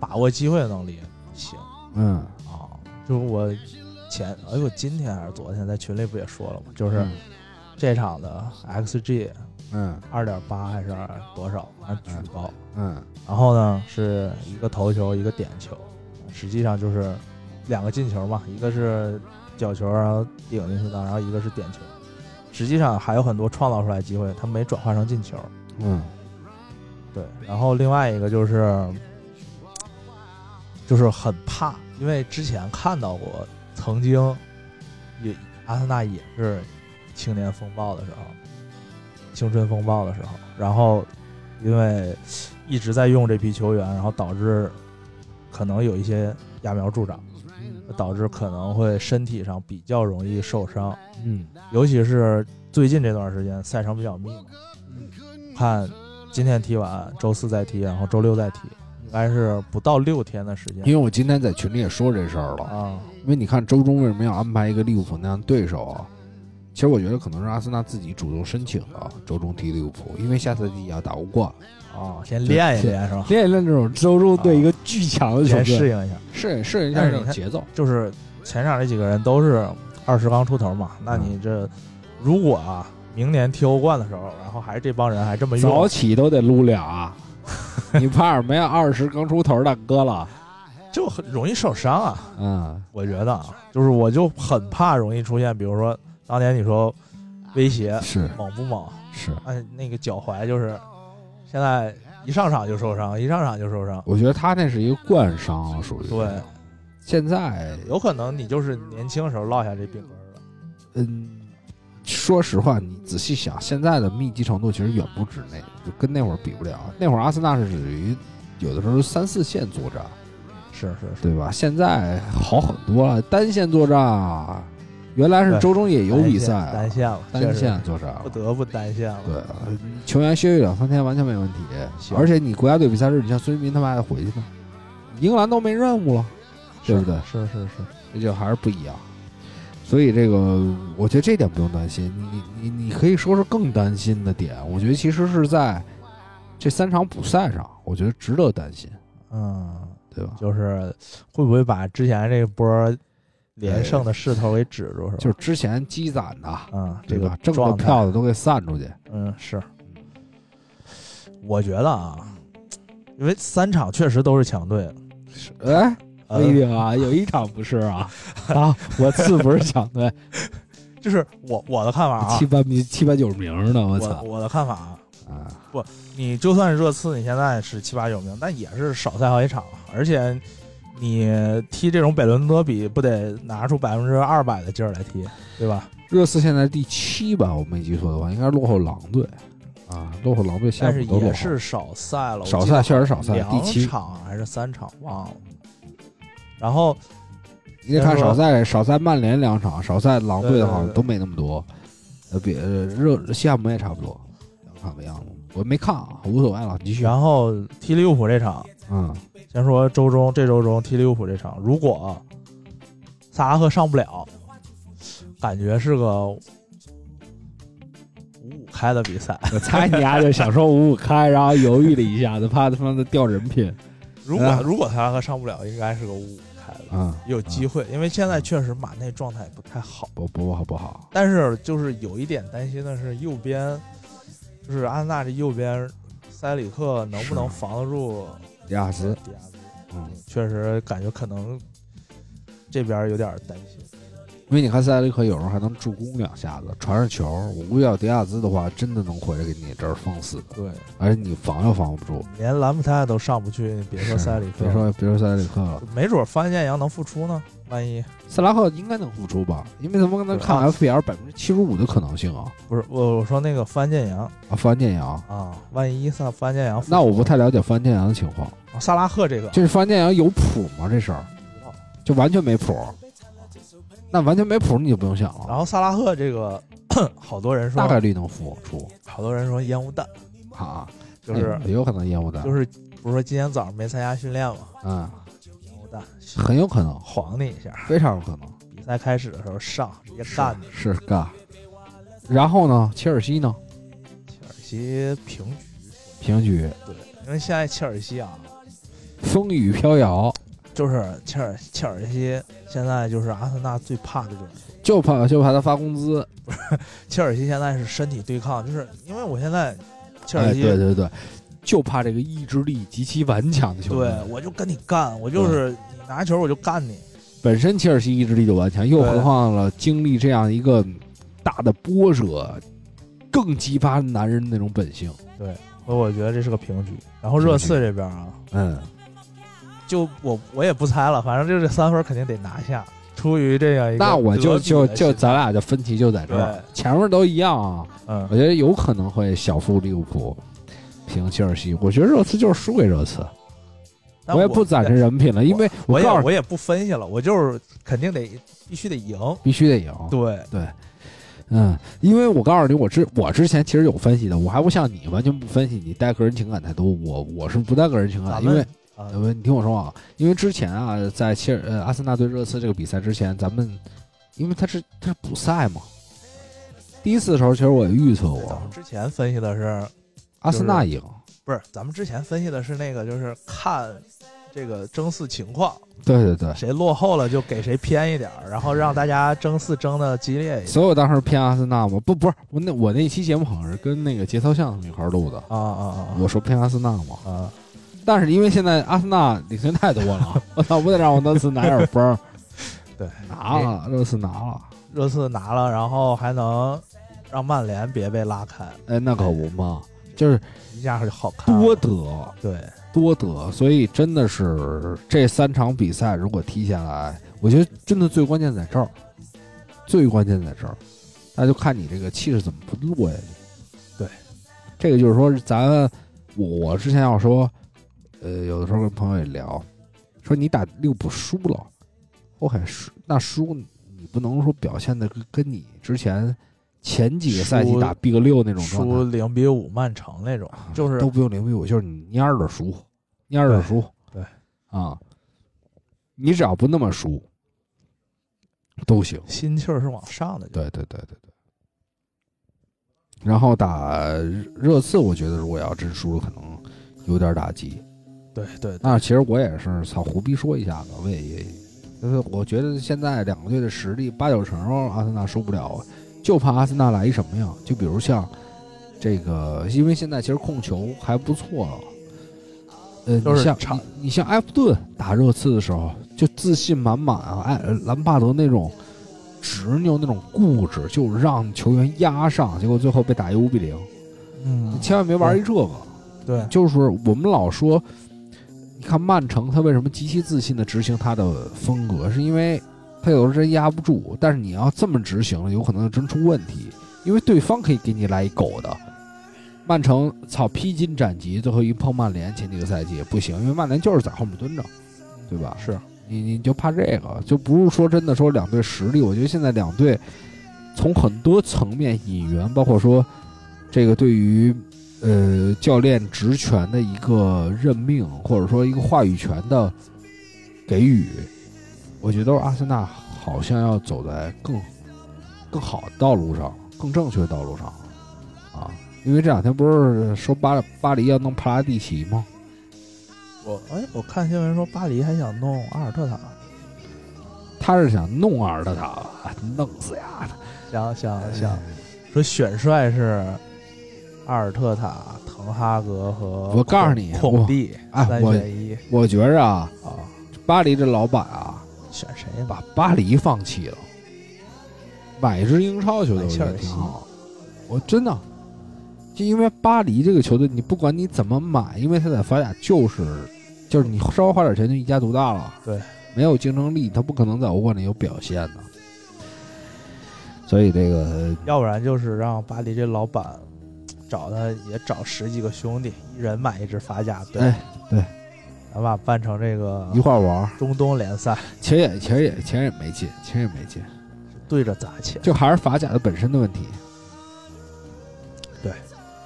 [SPEAKER 3] 把握机会的能力行
[SPEAKER 2] 嗯，
[SPEAKER 3] 啊，就是我前哎呦今天还是昨天在群里不也说了吗？就是这场的 XG
[SPEAKER 2] 嗯，
[SPEAKER 3] 二点八还是多少，反正巨高。
[SPEAKER 2] 嗯嗯
[SPEAKER 3] 然后呢是一个头球一个点球，实际上就是两个进球嘛，一个是角球然后顶进去的，然后一个是点球。实际上还有很多创造出来的机会，他没转化成进球。
[SPEAKER 2] 嗯
[SPEAKER 3] 对，然后另外一个就是，就是很怕，因为之前看到过，曾经也阿森纳也是青年风暴的时候，青春风暴的时候，然后因为一直在用这批球员，然后导致可能有一些揠苗助长，
[SPEAKER 2] 嗯
[SPEAKER 3] 导致可能会身体上比较容易受伤，
[SPEAKER 2] 嗯
[SPEAKER 3] 尤其是最近这段时间赛程比较密嘛，
[SPEAKER 2] 嗯
[SPEAKER 3] 看今天踢完，周四再踢，然后周六再踢，应该是不到六天的时间
[SPEAKER 2] 因为我今天在群里也说这事儿了，
[SPEAKER 3] 啊。
[SPEAKER 2] 因为你看周中为什么要安排一个利物浦那样的对手啊？其实我觉得可能是阿森纳自己主动申请了周中踢利物浦，因为下赛季也要打欧冠，
[SPEAKER 3] 哦，先练一练是吧？
[SPEAKER 2] 练一练这种周中对一个巨强的球
[SPEAKER 3] 先适
[SPEAKER 2] 队，
[SPEAKER 3] 应一下。
[SPEAKER 2] 适适应一
[SPEAKER 3] 但
[SPEAKER 2] 下
[SPEAKER 3] 是
[SPEAKER 2] 这种
[SPEAKER 3] 你看
[SPEAKER 2] 节奏。
[SPEAKER 3] 就是前场这几个人都是二十刚出头嘛，那
[SPEAKER 2] 嗯
[SPEAKER 3] 你这如果啊，明年踢欧冠的时候，然后还是这帮人还这么
[SPEAKER 2] 早
[SPEAKER 3] 用，
[SPEAKER 2] 起都得撸 俩，啊你怕什么呀？二十刚出头的哥了，
[SPEAKER 3] 就很容易受伤啊。
[SPEAKER 2] 嗯
[SPEAKER 3] 我觉得啊，就是我就很怕容易出现，比如说当年你说威胁
[SPEAKER 2] 是
[SPEAKER 3] 猛不猛？
[SPEAKER 2] 是，
[SPEAKER 3] 哎，那个脚踝就是现在一上场就受伤，一上场就受伤。
[SPEAKER 2] 我觉得他那是一个惯伤啊，属于
[SPEAKER 3] 对，
[SPEAKER 2] 现在
[SPEAKER 3] 有可能你就是年轻时候落下这病根儿了。
[SPEAKER 2] 嗯，说实话，你仔细想，现在的密集程度其实远不止那，就跟那会儿比不了。那会儿阿森纳是属于有的时候三四线作战，
[SPEAKER 3] 是是是，
[SPEAKER 2] 对吧？现在好很多了，单线作战，原来是
[SPEAKER 3] 对
[SPEAKER 2] 周中也有
[SPEAKER 3] 单
[SPEAKER 2] 比
[SPEAKER 3] 线
[SPEAKER 2] 赛
[SPEAKER 3] 单
[SPEAKER 2] 啊，
[SPEAKER 3] 线了，确
[SPEAKER 2] 单
[SPEAKER 3] 实
[SPEAKER 2] 线作战了
[SPEAKER 3] 不得不单线了。嗯
[SPEAKER 2] 对，球员休息两三天完全没问题。
[SPEAKER 3] 行
[SPEAKER 2] 而且你国家队比赛日，你像孙兴民他们还回去呢，英格兰都没任务了，对不对？
[SPEAKER 3] 是是是，
[SPEAKER 2] 这就还是不一样。所以这个，我觉得这点不用担心。你你你可以说是更担心的点，我觉得其实是在这三场补赛上，我觉得值得担心，
[SPEAKER 3] 嗯，
[SPEAKER 2] 对吧？
[SPEAKER 3] 就是会不会把之前这波连胜的势头给止住，是吧？
[SPEAKER 2] 就是之前积攒的，
[SPEAKER 3] 啊，
[SPEAKER 2] 对
[SPEAKER 3] 这
[SPEAKER 2] 吧
[SPEAKER 3] 个？
[SPEAKER 2] 挣的
[SPEAKER 3] 状态
[SPEAKER 2] 票子都给散出去。
[SPEAKER 3] 嗯，是。我觉得啊，因为三场确实都是强队，
[SPEAKER 2] 哎，
[SPEAKER 3] 呃
[SPEAKER 2] 不一定啊，有一场不是 啊啊，我次不是强队，
[SPEAKER 3] 就是我我的看法啊
[SPEAKER 2] 七，八米七八九十名呢，我
[SPEAKER 3] 我
[SPEAKER 2] 操
[SPEAKER 3] 我的看法啊，
[SPEAKER 2] 啊！
[SPEAKER 3] 你就算是热刺，你现在是七八九名，但也是少赛好几场，而且你踢这种北伦敦德比，不得拿出百分之二百的劲儿来踢，对吧？
[SPEAKER 2] 热刺现在第七吧，我没记错的话，应该落后狼队啊，落后狼队现
[SPEAKER 3] 但
[SPEAKER 2] 在
[SPEAKER 3] 是
[SPEAKER 2] 都落后
[SPEAKER 3] 也是少赛了，我
[SPEAKER 2] 少
[SPEAKER 3] 记得
[SPEAKER 2] 赛，确实少赛，第
[SPEAKER 3] 两
[SPEAKER 2] 七。
[SPEAKER 3] 场还是三场忘了。然后
[SPEAKER 2] 你得看少赛，少赛曼联两场，少赛狼队的好
[SPEAKER 3] 对
[SPEAKER 2] 像
[SPEAKER 3] 对对
[SPEAKER 2] 都没那么多，呃，比呃热西汉姆也差不多，两场的样子。我没看啊，无所谓了，继续。
[SPEAKER 3] 然后踢利物浦这场，
[SPEAKER 2] 嗯，
[SPEAKER 3] 先说周中这周中踢利物浦这场，如果萨拉赫上不了，感觉是个五五开的比赛。
[SPEAKER 2] 我猜你啊丫就想说五五开，然后犹豫了一下子，怕他妈的掉人品。
[SPEAKER 3] 如果、
[SPEAKER 2] 嗯
[SPEAKER 3] 如果萨拉赫上不了，应该是个五五开的。
[SPEAKER 2] 嗯，
[SPEAKER 3] 有机会，因为现在确实马内状态不太好，
[SPEAKER 2] 不不好不好。
[SPEAKER 3] 但是就是有一点担心的是右边，就是阿森纳这右边塞里克能不能
[SPEAKER 2] 是
[SPEAKER 3] 防得住
[SPEAKER 2] 迪亚兹，
[SPEAKER 3] 迪亚兹？
[SPEAKER 2] 嗯，
[SPEAKER 3] 确实感觉可能这边有点担心。
[SPEAKER 2] 因为你看塞利克有时候还能助攻两下子，传上球，我估计要迪亚兹的话，真的能回来给你这儿封死，
[SPEAKER 3] 对，
[SPEAKER 2] 而且你防又防不住。
[SPEAKER 3] 连兰普泰都上不去，你别说
[SPEAKER 2] 是
[SPEAKER 3] 塞里克，
[SPEAKER 2] 别说别说塞里克了，
[SPEAKER 3] 没准范建阳能复出呢，万一
[SPEAKER 2] 塞拉赫应该能复出吧？因为咱们刚才看
[SPEAKER 3] 对啊
[SPEAKER 2] FPL 百分之七十五的可能性啊，
[SPEAKER 3] 不是我我说那个范建阳
[SPEAKER 2] 啊，范建阳。
[SPEAKER 3] 啊，万一萨范建阳复出，
[SPEAKER 2] 那我不太了解范建阳的情况，
[SPEAKER 3] 萨拉赫这个
[SPEAKER 2] 这是范建阳有谱吗？这事儿就完全没谱，那完全没谱你就不用想
[SPEAKER 3] 然
[SPEAKER 2] 了，
[SPEAKER 3] 后萨拉赫这个， 好多人说
[SPEAKER 2] 大，概率能复出
[SPEAKER 3] 好多人说烟雾弹，
[SPEAKER 2] 啊，
[SPEAKER 3] 就是
[SPEAKER 2] 哎有可能烟雾弹，
[SPEAKER 3] 就是不是说今天早上没参加训练嘛，
[SPEAKER 2] 嗯，
[SPEAKER 3] 烟雾弹
[SPEAKER 2] 很有可能，
[SPEAKER 3] 晃你一下，
[SPEAKER 2] 非常有可能
[SPEAKER 3] 比赛开始的时候上直接干你。
[SPEAKER 2] 是干。然后呢，切尔西呢
[SPEAKER 3] 切尔西平局，
[SPEAKER 2] 平局，
[SPEAKER 3] 对，因为现在切尔西啊，
[SPEAKER 2] 风雨飘摇，
[SPEAKER 3] 就是切尔切尔西现在就是阿森纳最怕的这种球。
[SPEAKER 2] 就怕就怕他发工资，
[SPEAKER 3] 切尔西现在是身体对抗，就是因为我现在切尔
[SPEAKER 2] 哎，
[SPEAKER 3] 西、
[SPEAKER 2] 对对对，就怕这个意志力极其顽强的球队。
[SPEAKER 3] 对我就跟你干，我就是你拿球我就干你。
[SPEAKER 2] 本身切尔西意志力就顽强，又
[SPEAKER 3] 对
[SPEAKER 2] 何况了经历这样一个大的波折，更激发男人那种本性。
[SPEAKER 3] 所以我觉得这是个平局。然后热刺这边啊，
[SPEAKER 2] 嗯，
[SPEAKER 3] 就我我也不猜了，反正就这三分肯定得拿下。出于这样一个
[SPEAKER 2] 那我就
[SPEAKER 3] 得比的
[SPEAKER 2] 就就
[SPEAKER 3] 心
[SPEAKER 2] 咱俩的分题就在这儿
[SPEAKER 3] 对，，
[SPEAKER 2] 前面都一样啊。
[SPEAKER 3] 嗯
[SPEAKER 2] 我，觉得有可能会小负利物浦，平切尔西。我觉得热刺就是输给热刺，
[SPEAKER 3] 但
[SPEAKER 2] 我也不攒这人品了，因为
[SPEAKER 3] 我也
[SPEAKER 2] 告诉你
[SPEAKER 3] 我也不分析了，我就是肯定得必须得赢。
[SPEAKER 2] 必须得赢。
[SPEAKER 3] 对，
[SPEAKER 2] 啊嗯，因为我告诉你，我之我之前其实有分析的，我还不像你完全不分析，你带个人情感太多。我我是不带个人情感，
[SPEAKER 3] 咱
[SPEAKER 2] 因为
[SPEAKER 3] 们啊，
[SPEAKER 2] 呃，你听我说啊，因为之前啊，在切尔呃阿森纳对热刺这个比赛之前，咱们因为它是它是补赛嘛，第一次的时候其实我也预测
[SPEAKER 3] 咱
[SPEAKER 2] 过
[SPEAKER 3] 们之前分析的是
[SPEAKER 2] 阿森纳赢，
[SPEAKER 3] 不是？咱们之前分析的是那个，就是看这个争四情况，
[SPEAKER 2] 对对对，
[SPEAKER 3] 谁落后了就给谁偏一点儿，然后让大家争四争的激烈一点
[SPEAKER 2] 所以我当时偏阿森纳嘛，不不是我那我那期节目好像是跟那个节操巷他们一块儿录的，
[SPEAKER 3] 啊啊
[SPEAKER 2] 我说偏阿森纳嘛，
[SPEAKER 3] 啊啊！
[SPEAKER 2] 但是因为现在阿森纳领先太多了，我操，不得让我热刺拿点分儿
[SPEAKER 3] 对，
[SPEAKER 2] 拿了，热刺拿了，
[SPEAKER 3] 热刺拿了，然后还能让曼联别被拉开，
[SPEAKER 2] 哎，那可不嘛，就是
[SPEAKER 3] 一下就好看了。
[SPEAKER 2] 多得。
[SPEAKER 3] 对，
[SPEAKER 2] 多得，所以真的是这三场比赛如果踢下来，我觉得真的最关键在这儿，最关键在这儿，那就看你这个气势怎么不落下去。
[SPEAKER 3] 对，
[SPEAKER 2] 这个就是说咱我我之前要说，呃，有的时候跟朋友也聊，说你打利物浦输了，后海输那输你不能说表现的跟跟你之前前几个赛季
[SPEAKER 3] 输
[SPEAKER 2] 打 B 个六那种状态啊
[SPEAKER 3] 输零比五曼城那种，就是
[SPEAKER 2] 都不用零比五，就是你蔫儿的输，蔫儿的输，
[SPEAKER 3] 对
[SPEAKER 2] 啊，你只要不那么输都行。
[SPEAKER 3] 心气儿是往上的。就，
[SPEAKER 2] 对对对对对。然后打热刺，我觉得如果要真输了，可能有点打击。
[SPEAKER 3] 对对，
[SPEAKER 2] 那其实我也是操胡逼说一下子，我也也就是我觉得现在两个队的实力八九成阿森纳输不了，就怕阿森纳来一什么呀？就比如像这个，因为现在其实控球还不错了。呃，
[SPEAKER 3] 就是
[SPEAKER 2] 你像
[SPEAKER 3] 场
[SPEAKER 2] 你你像埃弗顿打热刺的时候，就自信满满啊，埃呃兰帕德那种执拗、那种固执，就让球员压上，结果最后被打一五比零。
[SPEAKER 3] 嗯
[SPEAKER 2] 你，千万别玩一这个。
[SPEAKER 3] 对，
[SPEAKER 2] 就是我们老说，你看曼城他为什么极其自信的执行他的风格，是因为他有时候真压不住。但是你要这么执行了，有可能真出问题，因为对方可以给你来一狗的。曼城操披荆斩棘，最后一碰曼联，前几个赛季也不行，因为曼联就是在后面蹲着，对吧？
[SPEAKER 3] 是
[SPEAKER 2] 你你就怕这个，就不是说真的说两队实力，我觉得现在两队从很多层面引援，包括说这个对于呃教练职权的一个任命，或者说一个话语权的给予，我觉得阿森纳好像要走在更更好的道路上，更正确的道路上啊。因为这两天不是说巴巴黎要弄帕拉蒂奇吗？
[SPEAKER 3] 我哎，我看新闻说巴黎还想弄阿尔特塔，
[SPEAKER 2] 他是想弄阿尔特塔吧，哎弄死呀！
[SPEAKER 3] 想
[SPEAKER 2] 哎
[SPEAKER 3] 想想说选帅是阿尔特塔、滕哈格和
[SPEAKER 2] 我告诉你
[SPEAKER 3] 孔孔蒂
[SPEAKER 2] 哎
[SPEAKER 3] 三
[SPEAKER 2] 我
[SPEAKER 3] 选一
[SPEAKER 2] 我觉着啊，
[SPEAKER 3] 啊，
[SPEAKER 2] 巴黎这老板啊，
[SPEAKER 3] 选谁吧？
[SPEAKER 2] 把巴黎放弃了，买一支英超球队我觉得挺好。我真的，就因为巴黎这个球队，你不管你怎么买，因为他在法甲就是就是你稍微花点钱就一家独大了，
[SPEAKER 3] 对，
[SPEAKER 2] 没有竞争力，他不可能在欧冠里有表现的。所以这个
[SPEAKER 3] 要不然就是让巴黎这老板找他也找十几个兄弟，一人买一支法甲队，
[SPEAKER 2] 哎对，
[SPEAKER 3] 咱把办成这个
[SPEAKER 2] 一块玩儿，
[SPEAKER 3] 中东联赛，
[SPEAKER 2] 其实也其实也其实也没劲，其实也没劲，
[SPEAKER 3] 对着砸钱。
[SPEAKER 2] 就还是法甲的本身的问题。
[SPEAKER 3] 对，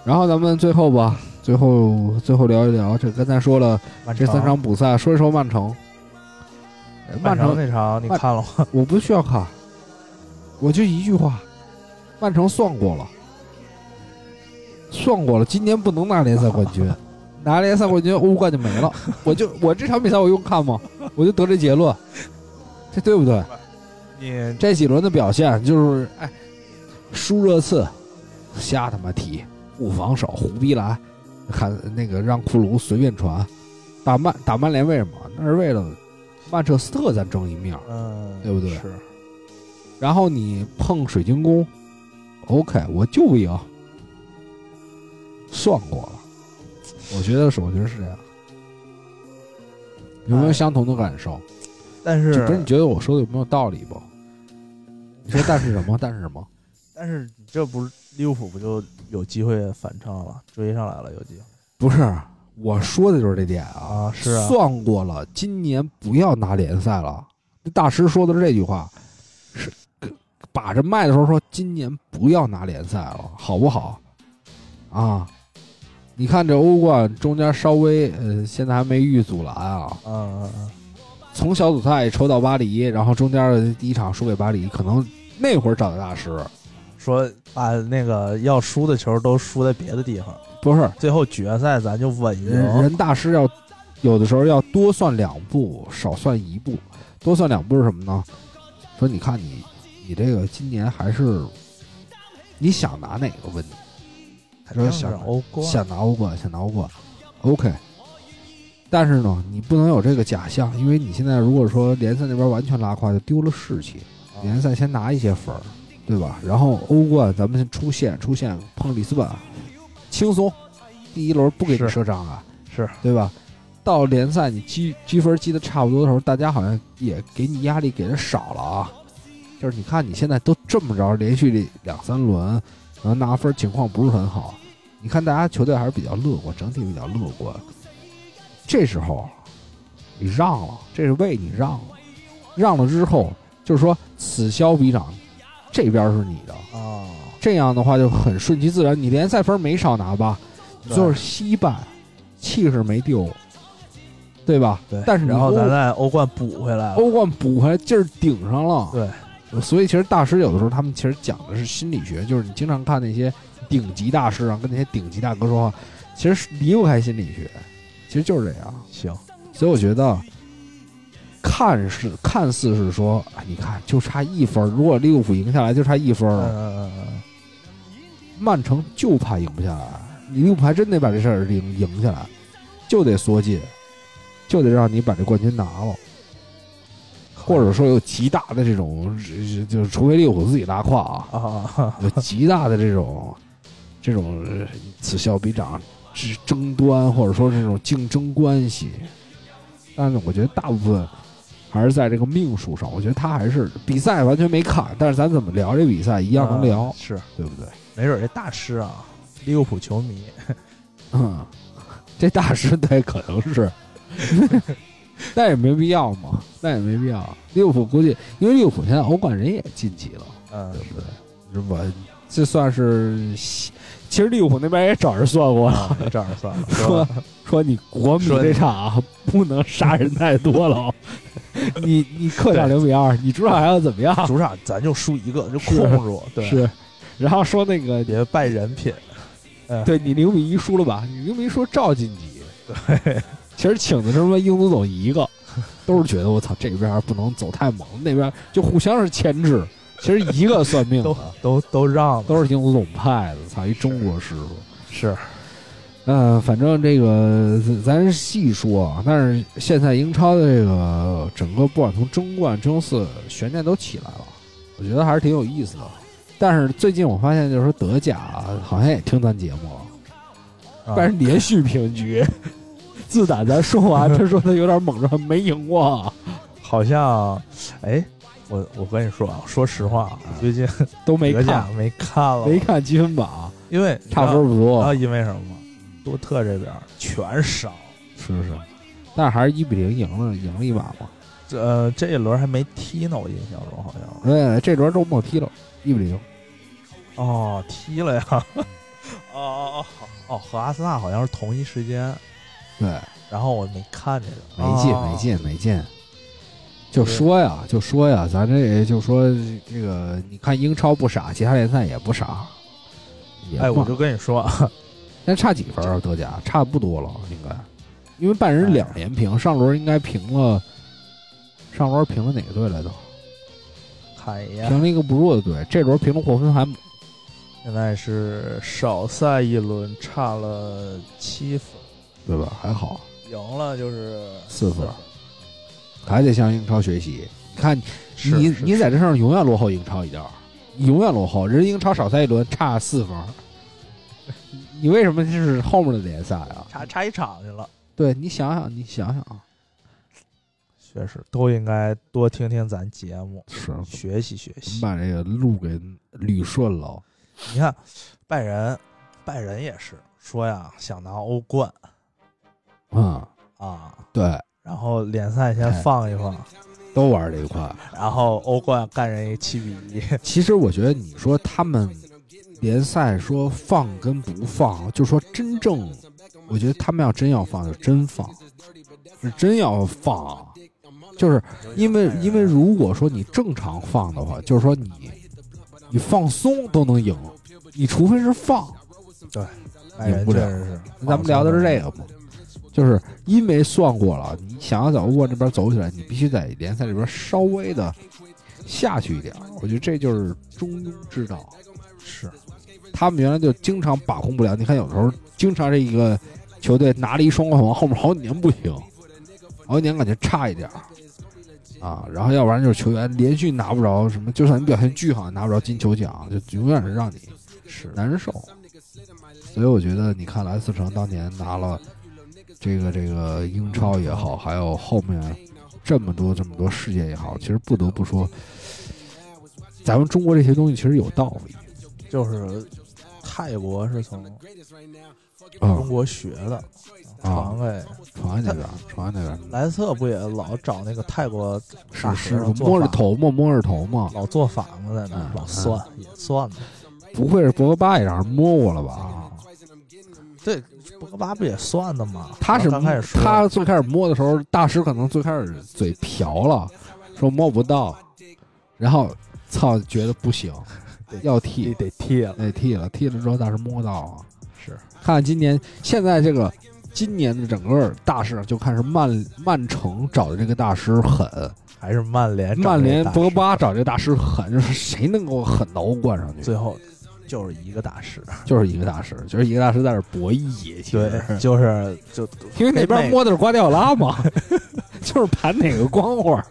[SPEAKER 2] 然后咱们最后吧，最后最后聊一聊这刚才说了
[SPEAKER 3] 曼
[SPEAKER 2] 这
[SPEAKER 3] 城
[SPEAKER 2] 三场补赛，说一说曼城。呃曼
[SPEAKER 3] 曼城
[SPEAKER 2] 城，
[SPEAKER 3] 那场你
[SPEAKER 2] 曼
[SPEAKER 3] 看了吗？
[SPEAKER 2] 我不需要看，我就一句话，曼城算过了，算过了，今年不能拿联赛冠 军，拿联赛冠军欧冠就没了。我就我这场比赛我用看吗？我就得这结论，这对不对？
[SPEAKER 3] 你
[SPEAKER 2] 这几轮的表现就是，哎，输热刺，瞎他妈踢，不防守，胡逼来，看那个让库卢随便传，打曼打曼联为什么？那是为了曼彻斯特咱争一面儿。
[SPEAKER 3] 嗯，
[SPEAKER 2] 对不对
[SPEAKER 3] 是，
[SPEAKER 2] 然后你碰水晶宫， OK，我就不赢，算过了。我觉得是，我觉得是这样。有没有
[SPEAKER 3] 哎
[SPEAKER 2] 相同的感受？
[SPEAKER 3] 但
[SPEAKER 2] 就是不是你觉得我说的有没有道理不？你说但是什么？但是什么？
[SPEAKER 3] 但是你这不是利物浦不就有机会反超了，追上来了有机会
[SPEAKER 2] 不是，我说的就是这点啊。
[SPEAKER 3] 啊？是啊，
[SPEAKER 2] 算过了，今年不要拿联赛了。这大师说的是这句话，是把着麦的时候说，今年不要拿联赛了，好不好？啊，你看这欧冠中间稍微，呃，现在还没遇阻拦啊，
[SPEAKER 3] 嗯嗯嗯，
[SPEAKER 2] 从小组赛抽到巴黎，然后中间的第一场输给巴黎，可能那会儿找的大师
[SPEAKER 3] 说把那个要输的球都输在别的地方，
[SPEAKER 2] 不是
[SPEAKER 3] 最后决赛咱就稳
[SPEAKER 2] 人
[SPEAKER 3] 赢。
[SPEAKER 2] 人大师要有的时候要多算两步，少算一步。多算两步是什么呢？说你看你，你这个今年还是你想拿哪个问题？
[SPEAKER 3] 肯定
[SPEAKER 2] 想
[SPEAKER 3] 是欧冠，
[SPEAKER 2] 想拿欧冠，想拿欧冠，OK。但是呢，你不能有这个假象，因为你现在如果说联赛那边完全拉胯，就丢了士气。
[SPEAKER 3] 啊
[SPEAKER 2] 联赛先拿一些分儿，对吧？然后欧冠咱们先出线，出线碰里斯本，轻松，第一轮不给你
[SPEAKER 3] 是
[SPEAKER 2] 设障碍，
[SPEAKER 3] 是
[SPEAKER 2] 对吧？到联赛你积积分积的差不多的时候，大家好像也给你压力给的少了啊。就是你看你现在都这么着，连续两三轮能拿分，情况不是很好。你看大家球队还是比较乐观，整体比较乐观。这时候你让了，这是为你让了，让了之后就是说此消彼长，这边是你的，
[SPEAKER 3] 啊，
[SPEAKER 2] 这样的话就很顺其自然。你联赛分没少拿吧？
[SPEAKER 3] 对
[SPEAKER 2] 就是惜败，气势没丢，对吧？
[SPEAKER 3] 对，
[SPEAKER 2] 但是你
[SPEAKER 3] 然后
[SPEAKER 2] 欧
[SPEAKER 3] 咱在欧冠补回来了，
[SPEAKER 2] 欧冠补回来劲儿顶上了。
[SPEAKER 3] 对，
[SPEAKER 2] 所以其实大师有的时候他们其实讲的是心理学，就是你经常看那些顶级大师啊，跟那些顶级大哥说话，其实是离不开心理学，其实就是这样。
[SPEAKER 3] 行，
[SPEAKER 2] 所以我觉得，看似看似是说，哎你看就差一分儿，如果利物浦赢下来就差一分儿啊
[SPEAKER 3] 嗯
[SPEAKER 2] 了，
[SPEAKER 3] 嗯嗯嗯，
[SPEAKER 2] 曼城就怕赢不下来，利物浦还真得把这事儿赢赢下来，就得缩进，就得让你把这冠军拿了。或者说有极大的这种，呃就是除非利物浦自己拉胯 啊，
[SPEAKER 3] 啊，
[SPEAKER 2] 有极大的这种这种呃此消彼长之争端，或者说这种竞争关系。但是我觉得大部分还是在这个命数上，我觉得他还是比赛完全没看，但是咱怎么聊这比赛一
[SPEAKER 3] 一
[SPEAKER 2] 样能聊，
[SPEAKER 3] 嗯是，
[SPEAKER 2] 对不对？
[SPEAKER 3] 没准这大师啊，利物浦球迷，
[SPEAKER 2] 嗯， 这大师对可能是，但也没必要嘛，但也没必要。利物浦估计，因为利物浦现在欧冠人也晋级了。
[SPEAKER 3] 嗯，
[SPEAKER 2] 对不对？是吧？这算是，其实利物浦那边也找人算过了，
[SPEAKER 3] 啊，这样算了，
[SPEAKER 2] 说
[SPEAKER 3] 说
[SPEAKER 2] 说你国米
[SPEAKER 3] 说
[SPEAKER 2] 这场啊不能杀人太多了，你你客场零比二，你主场还要怎么样？
[SPEAKER 3] 主 场咱就输一个就控
[SPEAKER 2] 是
[SPEAKER 3] 住，对，
[SPEAKER 2] 是，然后说那个，
[SPEAKER 3] 别败人品，
[SPEAKER 2] 对你零比一输了吧？你零比一输照晋级。其实请的是什么英足总一个，都是觉得我操这边不能走太猛，那边就互相是牵制。其实一个算命的
[SPEAKER 3] 都都都让了
[SPEAKER 2] 都是英足总派的，操一中国师傅。
[SPEAKER 3] 是
[SPEAKER 2] 呃，反正这个咱咱细说啊，但是现在英超的这个整个不管从争冠、争四悬念都起来了，我觉得还是挺有意思的。但是最近我发现，就是说德甲啊好像也听咱节目了，
[SPEAKER 3] 啊
[SPEAKER 2] 但是连续平局。 自打咱说完，他说他有点猛着，没赢过，
[SPEAKER 3] 好像，哎，我我跟你说啊，说实话啊，我最近
[SPEAKER 2] 都没
[SPEAKER 3] 德甲
[SPEAKER 2] 看，
[SPEAKER 3] 没看了，啊
[SPEAKER 2] 没，看积分榜，
[SPEAKER 3] 因为
[SPEAKER 2] 差分不
[SPEAKER 3] 然
[SPEAKER 2] 多
[SPEAKER 3] 后，因为什么吗？多特这边全伤，
[SPEAKER 2] 是不是？但是还是一比零赢了，赢了一把嘛。
[SPEAKER 3] 这呃这一轮还没踢呢，我印象中好像
[SPEAKER 2] 哎，这轮周末踢了，一比零。嗯
[SPEAKER 3] 哦踢了呀， 哦哦哦哦，和阿森纳好像是同一时间，
[SPEAKER 2] 对，
[SPEAKER 3] 然后我没看这个，
[SPEAKER 2] 没劲，
[SPEAKER 3] 哦
[SPEAKER 2] 没，劲，没劲。就说呀，就说呀，咱这也就说这个，你看英超不傻，其他联赛也不傻，也
[SPEAKER 3] 哎，我
[SPEAKER 2] 嘛
[SPEAKER 3] 就跟你说啊，
[SPEAKER 2] 现在差几分啊？德甲差不多了，应该，因为拜
[SPEAKER 3] 哎
[SPEAKER 2] 仁两连平，上轮应该平了，上轮平了哪个队来着？
[SPEAKER 3] 看一眼，
[SPEAKER 2] 平了一个不弱的队，这轮平了霍芬海姆，
[SPEAKER 3] 现在是少赛一轮，差了七分，
[SPEAKER 2] 对吧？还好，
[SPEAKER 3] 赢了就是
[SPEAKER 2] 四分还得向英超学习。你看你
[SPEAKER 3] 是是
[SPEAKER 2] 你在这上永远落后英超一点儿，永远落后，人英超少赛一轮差四分儿，你为什么就是后面的联赛啊？
[SPEAKER 3] 差差一场去了。
[SPEAKER 2] 对你想想，你想想啊，
[SPEAKER 3] 确实，都应该多听听咱节目，
[SPEAKER 2] 是
[SPEAKER 3] 学习学习。
[SPEAKER 2] 把这个路给捋顺了。啊
[SPEAKER 3] 你看，拜仁，拜仁也是说呀，想拿欧冠
[SPEAKER 2] 嗯，
[SPEAKER 3] 啊，
[SPEAKER 2] 对，
[SPEAKER 3] 然后联赛先放一放，
[SPEAKER 2] 都玩这一块。
[SPEAKER 3] 然后欧冠干人一七比 一，
[SPEAKER 2] 其实我觉得你说他们联赛说放跟不放，就说真正，我觉得他们要真要放就真放，是真要放啊，就是因为因为如果说你正常放的话，就是说你你放松都能赢，你除非是放。
[SPEAKER 3] 拜仁
[SPEAKER 2] 赢不了
[SPEAKER 3] 真是。
[SPEAKER 2] 咱们聊的是这个嘛，就是因为算过了，你想要在欧冠这边走起来，你必须在联赛里边稍微的下去一点。我觉得这就是中庸之道。
[SPEAKER 3] 是
[SPEAKER 2] 他们原来就经常把控不了。你看，有时候经常这一个球队拿了一双冠王，后面好几年不行，好几年感觉差一点儿啊。然后要不然就是球员连续拿不着什么，就算你表现巨好，也拿不着金球奖，就永远是让你
[SPEAKER 3] 是，
[SPEAKER 2] 难受。所以我觉得，你看莱斯特城当年拿了这个这个英超也好，还有后面这么多这么多世界也好，其实不得不说，咱们中国这些东西其实有道理。
[SPEAKER 3] 就是泰国是从
[SPEAKER 2] 啊
[SPEAKER 3] 中
[SPEAKER 2] 嗯，
[SPEAKER 3] 国学的，
[SPEAKER 2] 啊
[SPEAKER 3] 传给
[SPEAKER 2] 传安那边，传安那边
[SPEAKER 3] 莱斯特不也老找那个泰国大
[SPEAKER 2] 是
[SPEAKER 3] 师
[SPEAKER 2] 师傅摸着，头嘛，摸着头嘛，
[SPEAKER 3] 老做法子在那儿
[SPEAKER 2] 嗯
[SPEAKER 3] 老算也算呢。
[SPEAKER 2] 不会是博格巴也让人摸过了吧？
[SPEAKER 3] 啊，这博格巴不也算的吗？啊
[SPEAKER 2] 他是
[SPEAKER 3] 刚开始说
[SPEAKER 2] 他最开始摸的时候，大师可能最开始嘴瓢了，说摸不到，然后操觉得不行，要
[SPEAKER 3] 得
[SPEAKER 2] 剃，
[SPEAKER 3] 得踢了，
[SPEAKER 2] 得哎剃了，剃了之后大师摸到了。
[SPEAKER 3] 是
[SPEAKER 2] 看看今年现在这个今年的整个大势，就看是曼曼城找的这个大师狠，
[SPEAKER 3] 还是曼联找
[SPEAKER 2] 曼联
[SPEAKER 3] 这大师
[SPEAKER 2] 博格巴找这大师狠，就是谁能给我狠到欧冠上去？
[SPEAKER 3] 最后就是一个 大师，
[SPEAKER 2] 就是一个大师，就是一个大师在这博弈，其实
[SPEAKER 3] 对，就是就
[SPEAKER 2] 因为那边摸的是瓜迪奥拉嘛， 就是盘哪个光棍儿，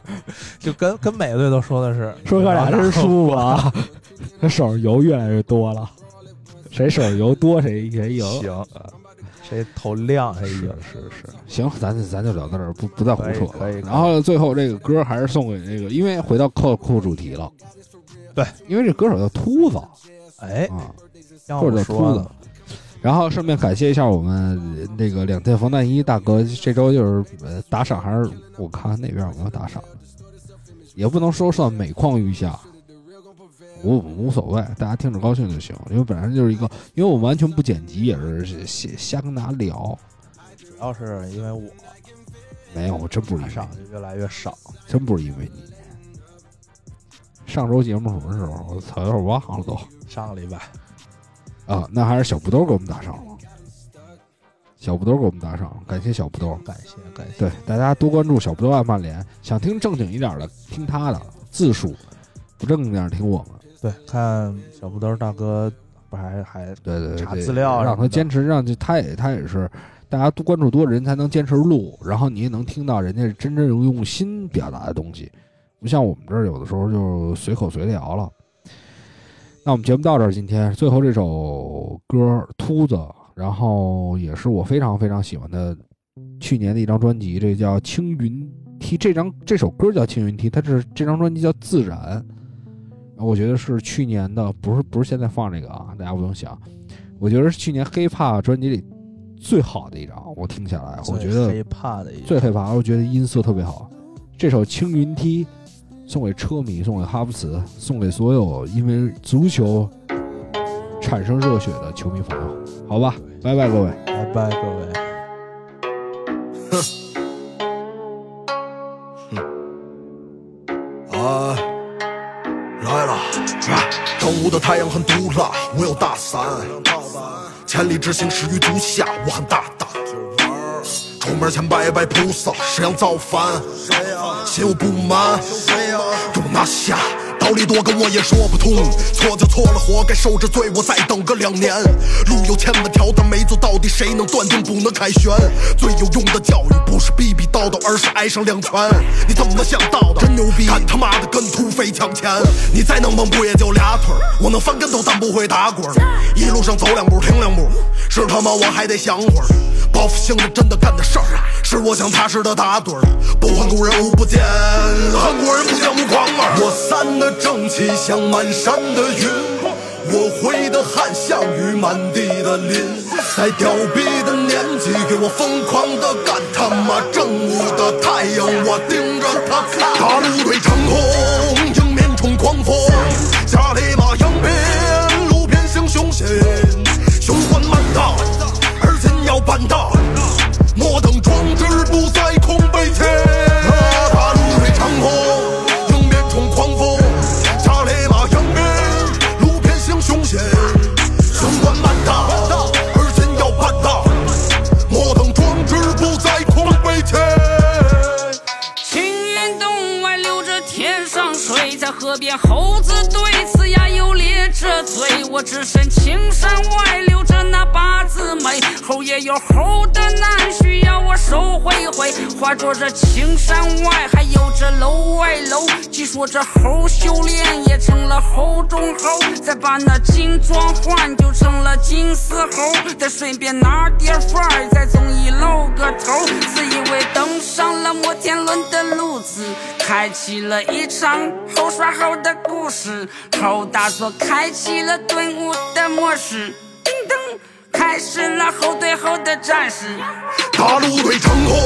[SPEAKER 3] 就跟跟每个队都说的是
[SPEAKER 2] 说哥俩
[SPEAKER 3] 然后
[SPEAKER 2] 真舒服啊，他 手上油越来越多了，谁手上油多谁谁赢。
[SPEAKER 3] 行，谁头亮谁赢，
[SPEAKER 2] 是是，行，咱就咱就聊到这儿，不不再胡扯
[SPEAKER 3] 可以
[SPEAKER 2] 了
[SPEAKER 3] 可
[SPEAKER 2] 啊
[SPEAKER 3] 以。
[SPEAKER 2] 然后最后这个歌还是送给这个，因为回到扣扣主题了，
[SPEAKER 3] 对，
[SPEAKER 2] 因为这歌手叫秃子
[SPEAKER 3] 哎，
[SPEAKER 2] 啊，
[SPEAKER 3] 让
[SPEAKER 2] 或者
[SPEAKER 3] 我
[SPEAKER 2] 秃
[SPEAKER 3] 说
[SPEAKER 2] 子
[SPEAKER 3] 呢。
[SPEAKER 2] 然后顺便感谢一下我们那个两件防弹衣大哥，这周就是呃打赏还是我看看那边有没有打赏，也不能说算每况愈下，无无所谓，大家听着高兴就行。因为本来就是一个，因为我们完全不剪辑，也是瞎瞎跟大家聊，
[SPEAKER 3] 主要是因为我
[SPEAKER 2] 没有，我真不是因
[SPEAKER 3] 打
[SPEAKER 2] 为
[SPEAKER 3] 赏就越来越少，
[SPEAKER 2] 真不是因为你。上周节目什么时候？我操，有点忘了都
[SPEAKER 3] 上个礼拜
[SPEAKER 2] 啊！那还是小布兜给我们打赏了，小布兜给我们打赏，感谢小布兜。
[SPEAKER 3] 感谢感谢，
[SPEAKER 2] 对，大家多关注小布兜爱曼联，想听正经一点的听他的字数，不正经点听我们。
[SPEAKER 3] 对，看小布兜大哥不还还
[SPEAKER 2] 对对对，
[SPEAKER 3] 查
[SPEAKER 2] 对
[SPEAKER 3] 资料啊
[SPEAKER 2] 让
[SPEAKER 3] 什么
[SPEAKER 2] 他
[SPEAKER 3] 的
[SPEAKER 2] 坚持，让这他也他也是，大家多关注多人才能坚持录，然后你也能听到人家真正用心表达的东西，不像我们这儿有的时候就随口随聊了。那我们节目到这儿，今天最后这首歌《秃子》，然后也是我非常非常喜欢的去年的一张专辑，这叫《青云梯》。这张这首歌叫《青云梯》，它是这张专辑叫《自然》，我觉得是去年的，不是不是现在放这个啊，大家不用想。我觉得是去年 hiphop 专辑里最好的一张，我听下来，我觉得
[SPEAKER 3] 最怕的一
[SPEAKER 2] 最 hiphop，我觉得音色特别好。这首《青云梯》送给车迷，送给哈弗茨，送给所有因为足球产生热血的球迷朋友，好吧，拜拜各位。
[SPEAKER 3] 拜拜各位。
[SPEAKER 1] 啊，来了！啊正午的太阳很毒辣，我有大伞。千里之行，始于足下，我很大胆。出门前拜拜菩萨，谁想造反？心有不满，给我拿下。道理多跟我也说不通，错就错了，活该受着罪。我再等个两年，路有千万条，但没走到底，谁能断定不能凯旋？最有用的教育不是逼逼叨唠叨，而是挨上两拳。你怎么想到的？真牛逼！敢他妈的跟土匪抢钱！你再能蹦不也就俩腿儿，我能翻跟头但不会打滚儿。一路上走两步停两步，是他妈我还得想会儿。报复性的真的干的事儿，是我想踏实的打盹儿。不还古人吾不见，韩国人不见吾狂耳。我散的正气像满山的云。我挥的汗像雨满地的淋，在屌逼的年纪，给我疯狂的干他妈正午的太阳，我盯着它看，大陆对长空，迎面冲狂风，下里马扬鞭，路边行凶险，雄关漫道，而今要办到，莫等壮志不再空悲切。大陆对长空，迎面冲狂风，下里马扬鞭。路边行凶险，雄关漫道，而今要办到，莫等壮志不再空悲切。
[SPEAKER 4] 秦岩洞外流着天上水，在河边猴子对此呀又咧着嘴。我只身青山外留着那八字眉，猴也有猴的难，需要我手挥挥。话说这青山外还有这楼外楼，据说这猴修炼也成了猴中猴，再把那金装换就成了金丝猴，再顺便拿点范儿，在综艺露个头，自以为登上了摩天轮的路子，开启了一场猴耍猴的故事。猴大佐开启了顿悟的模式，叮当，开始了猴对猴的战士。
[SPEAKER 1] 大陆对长空，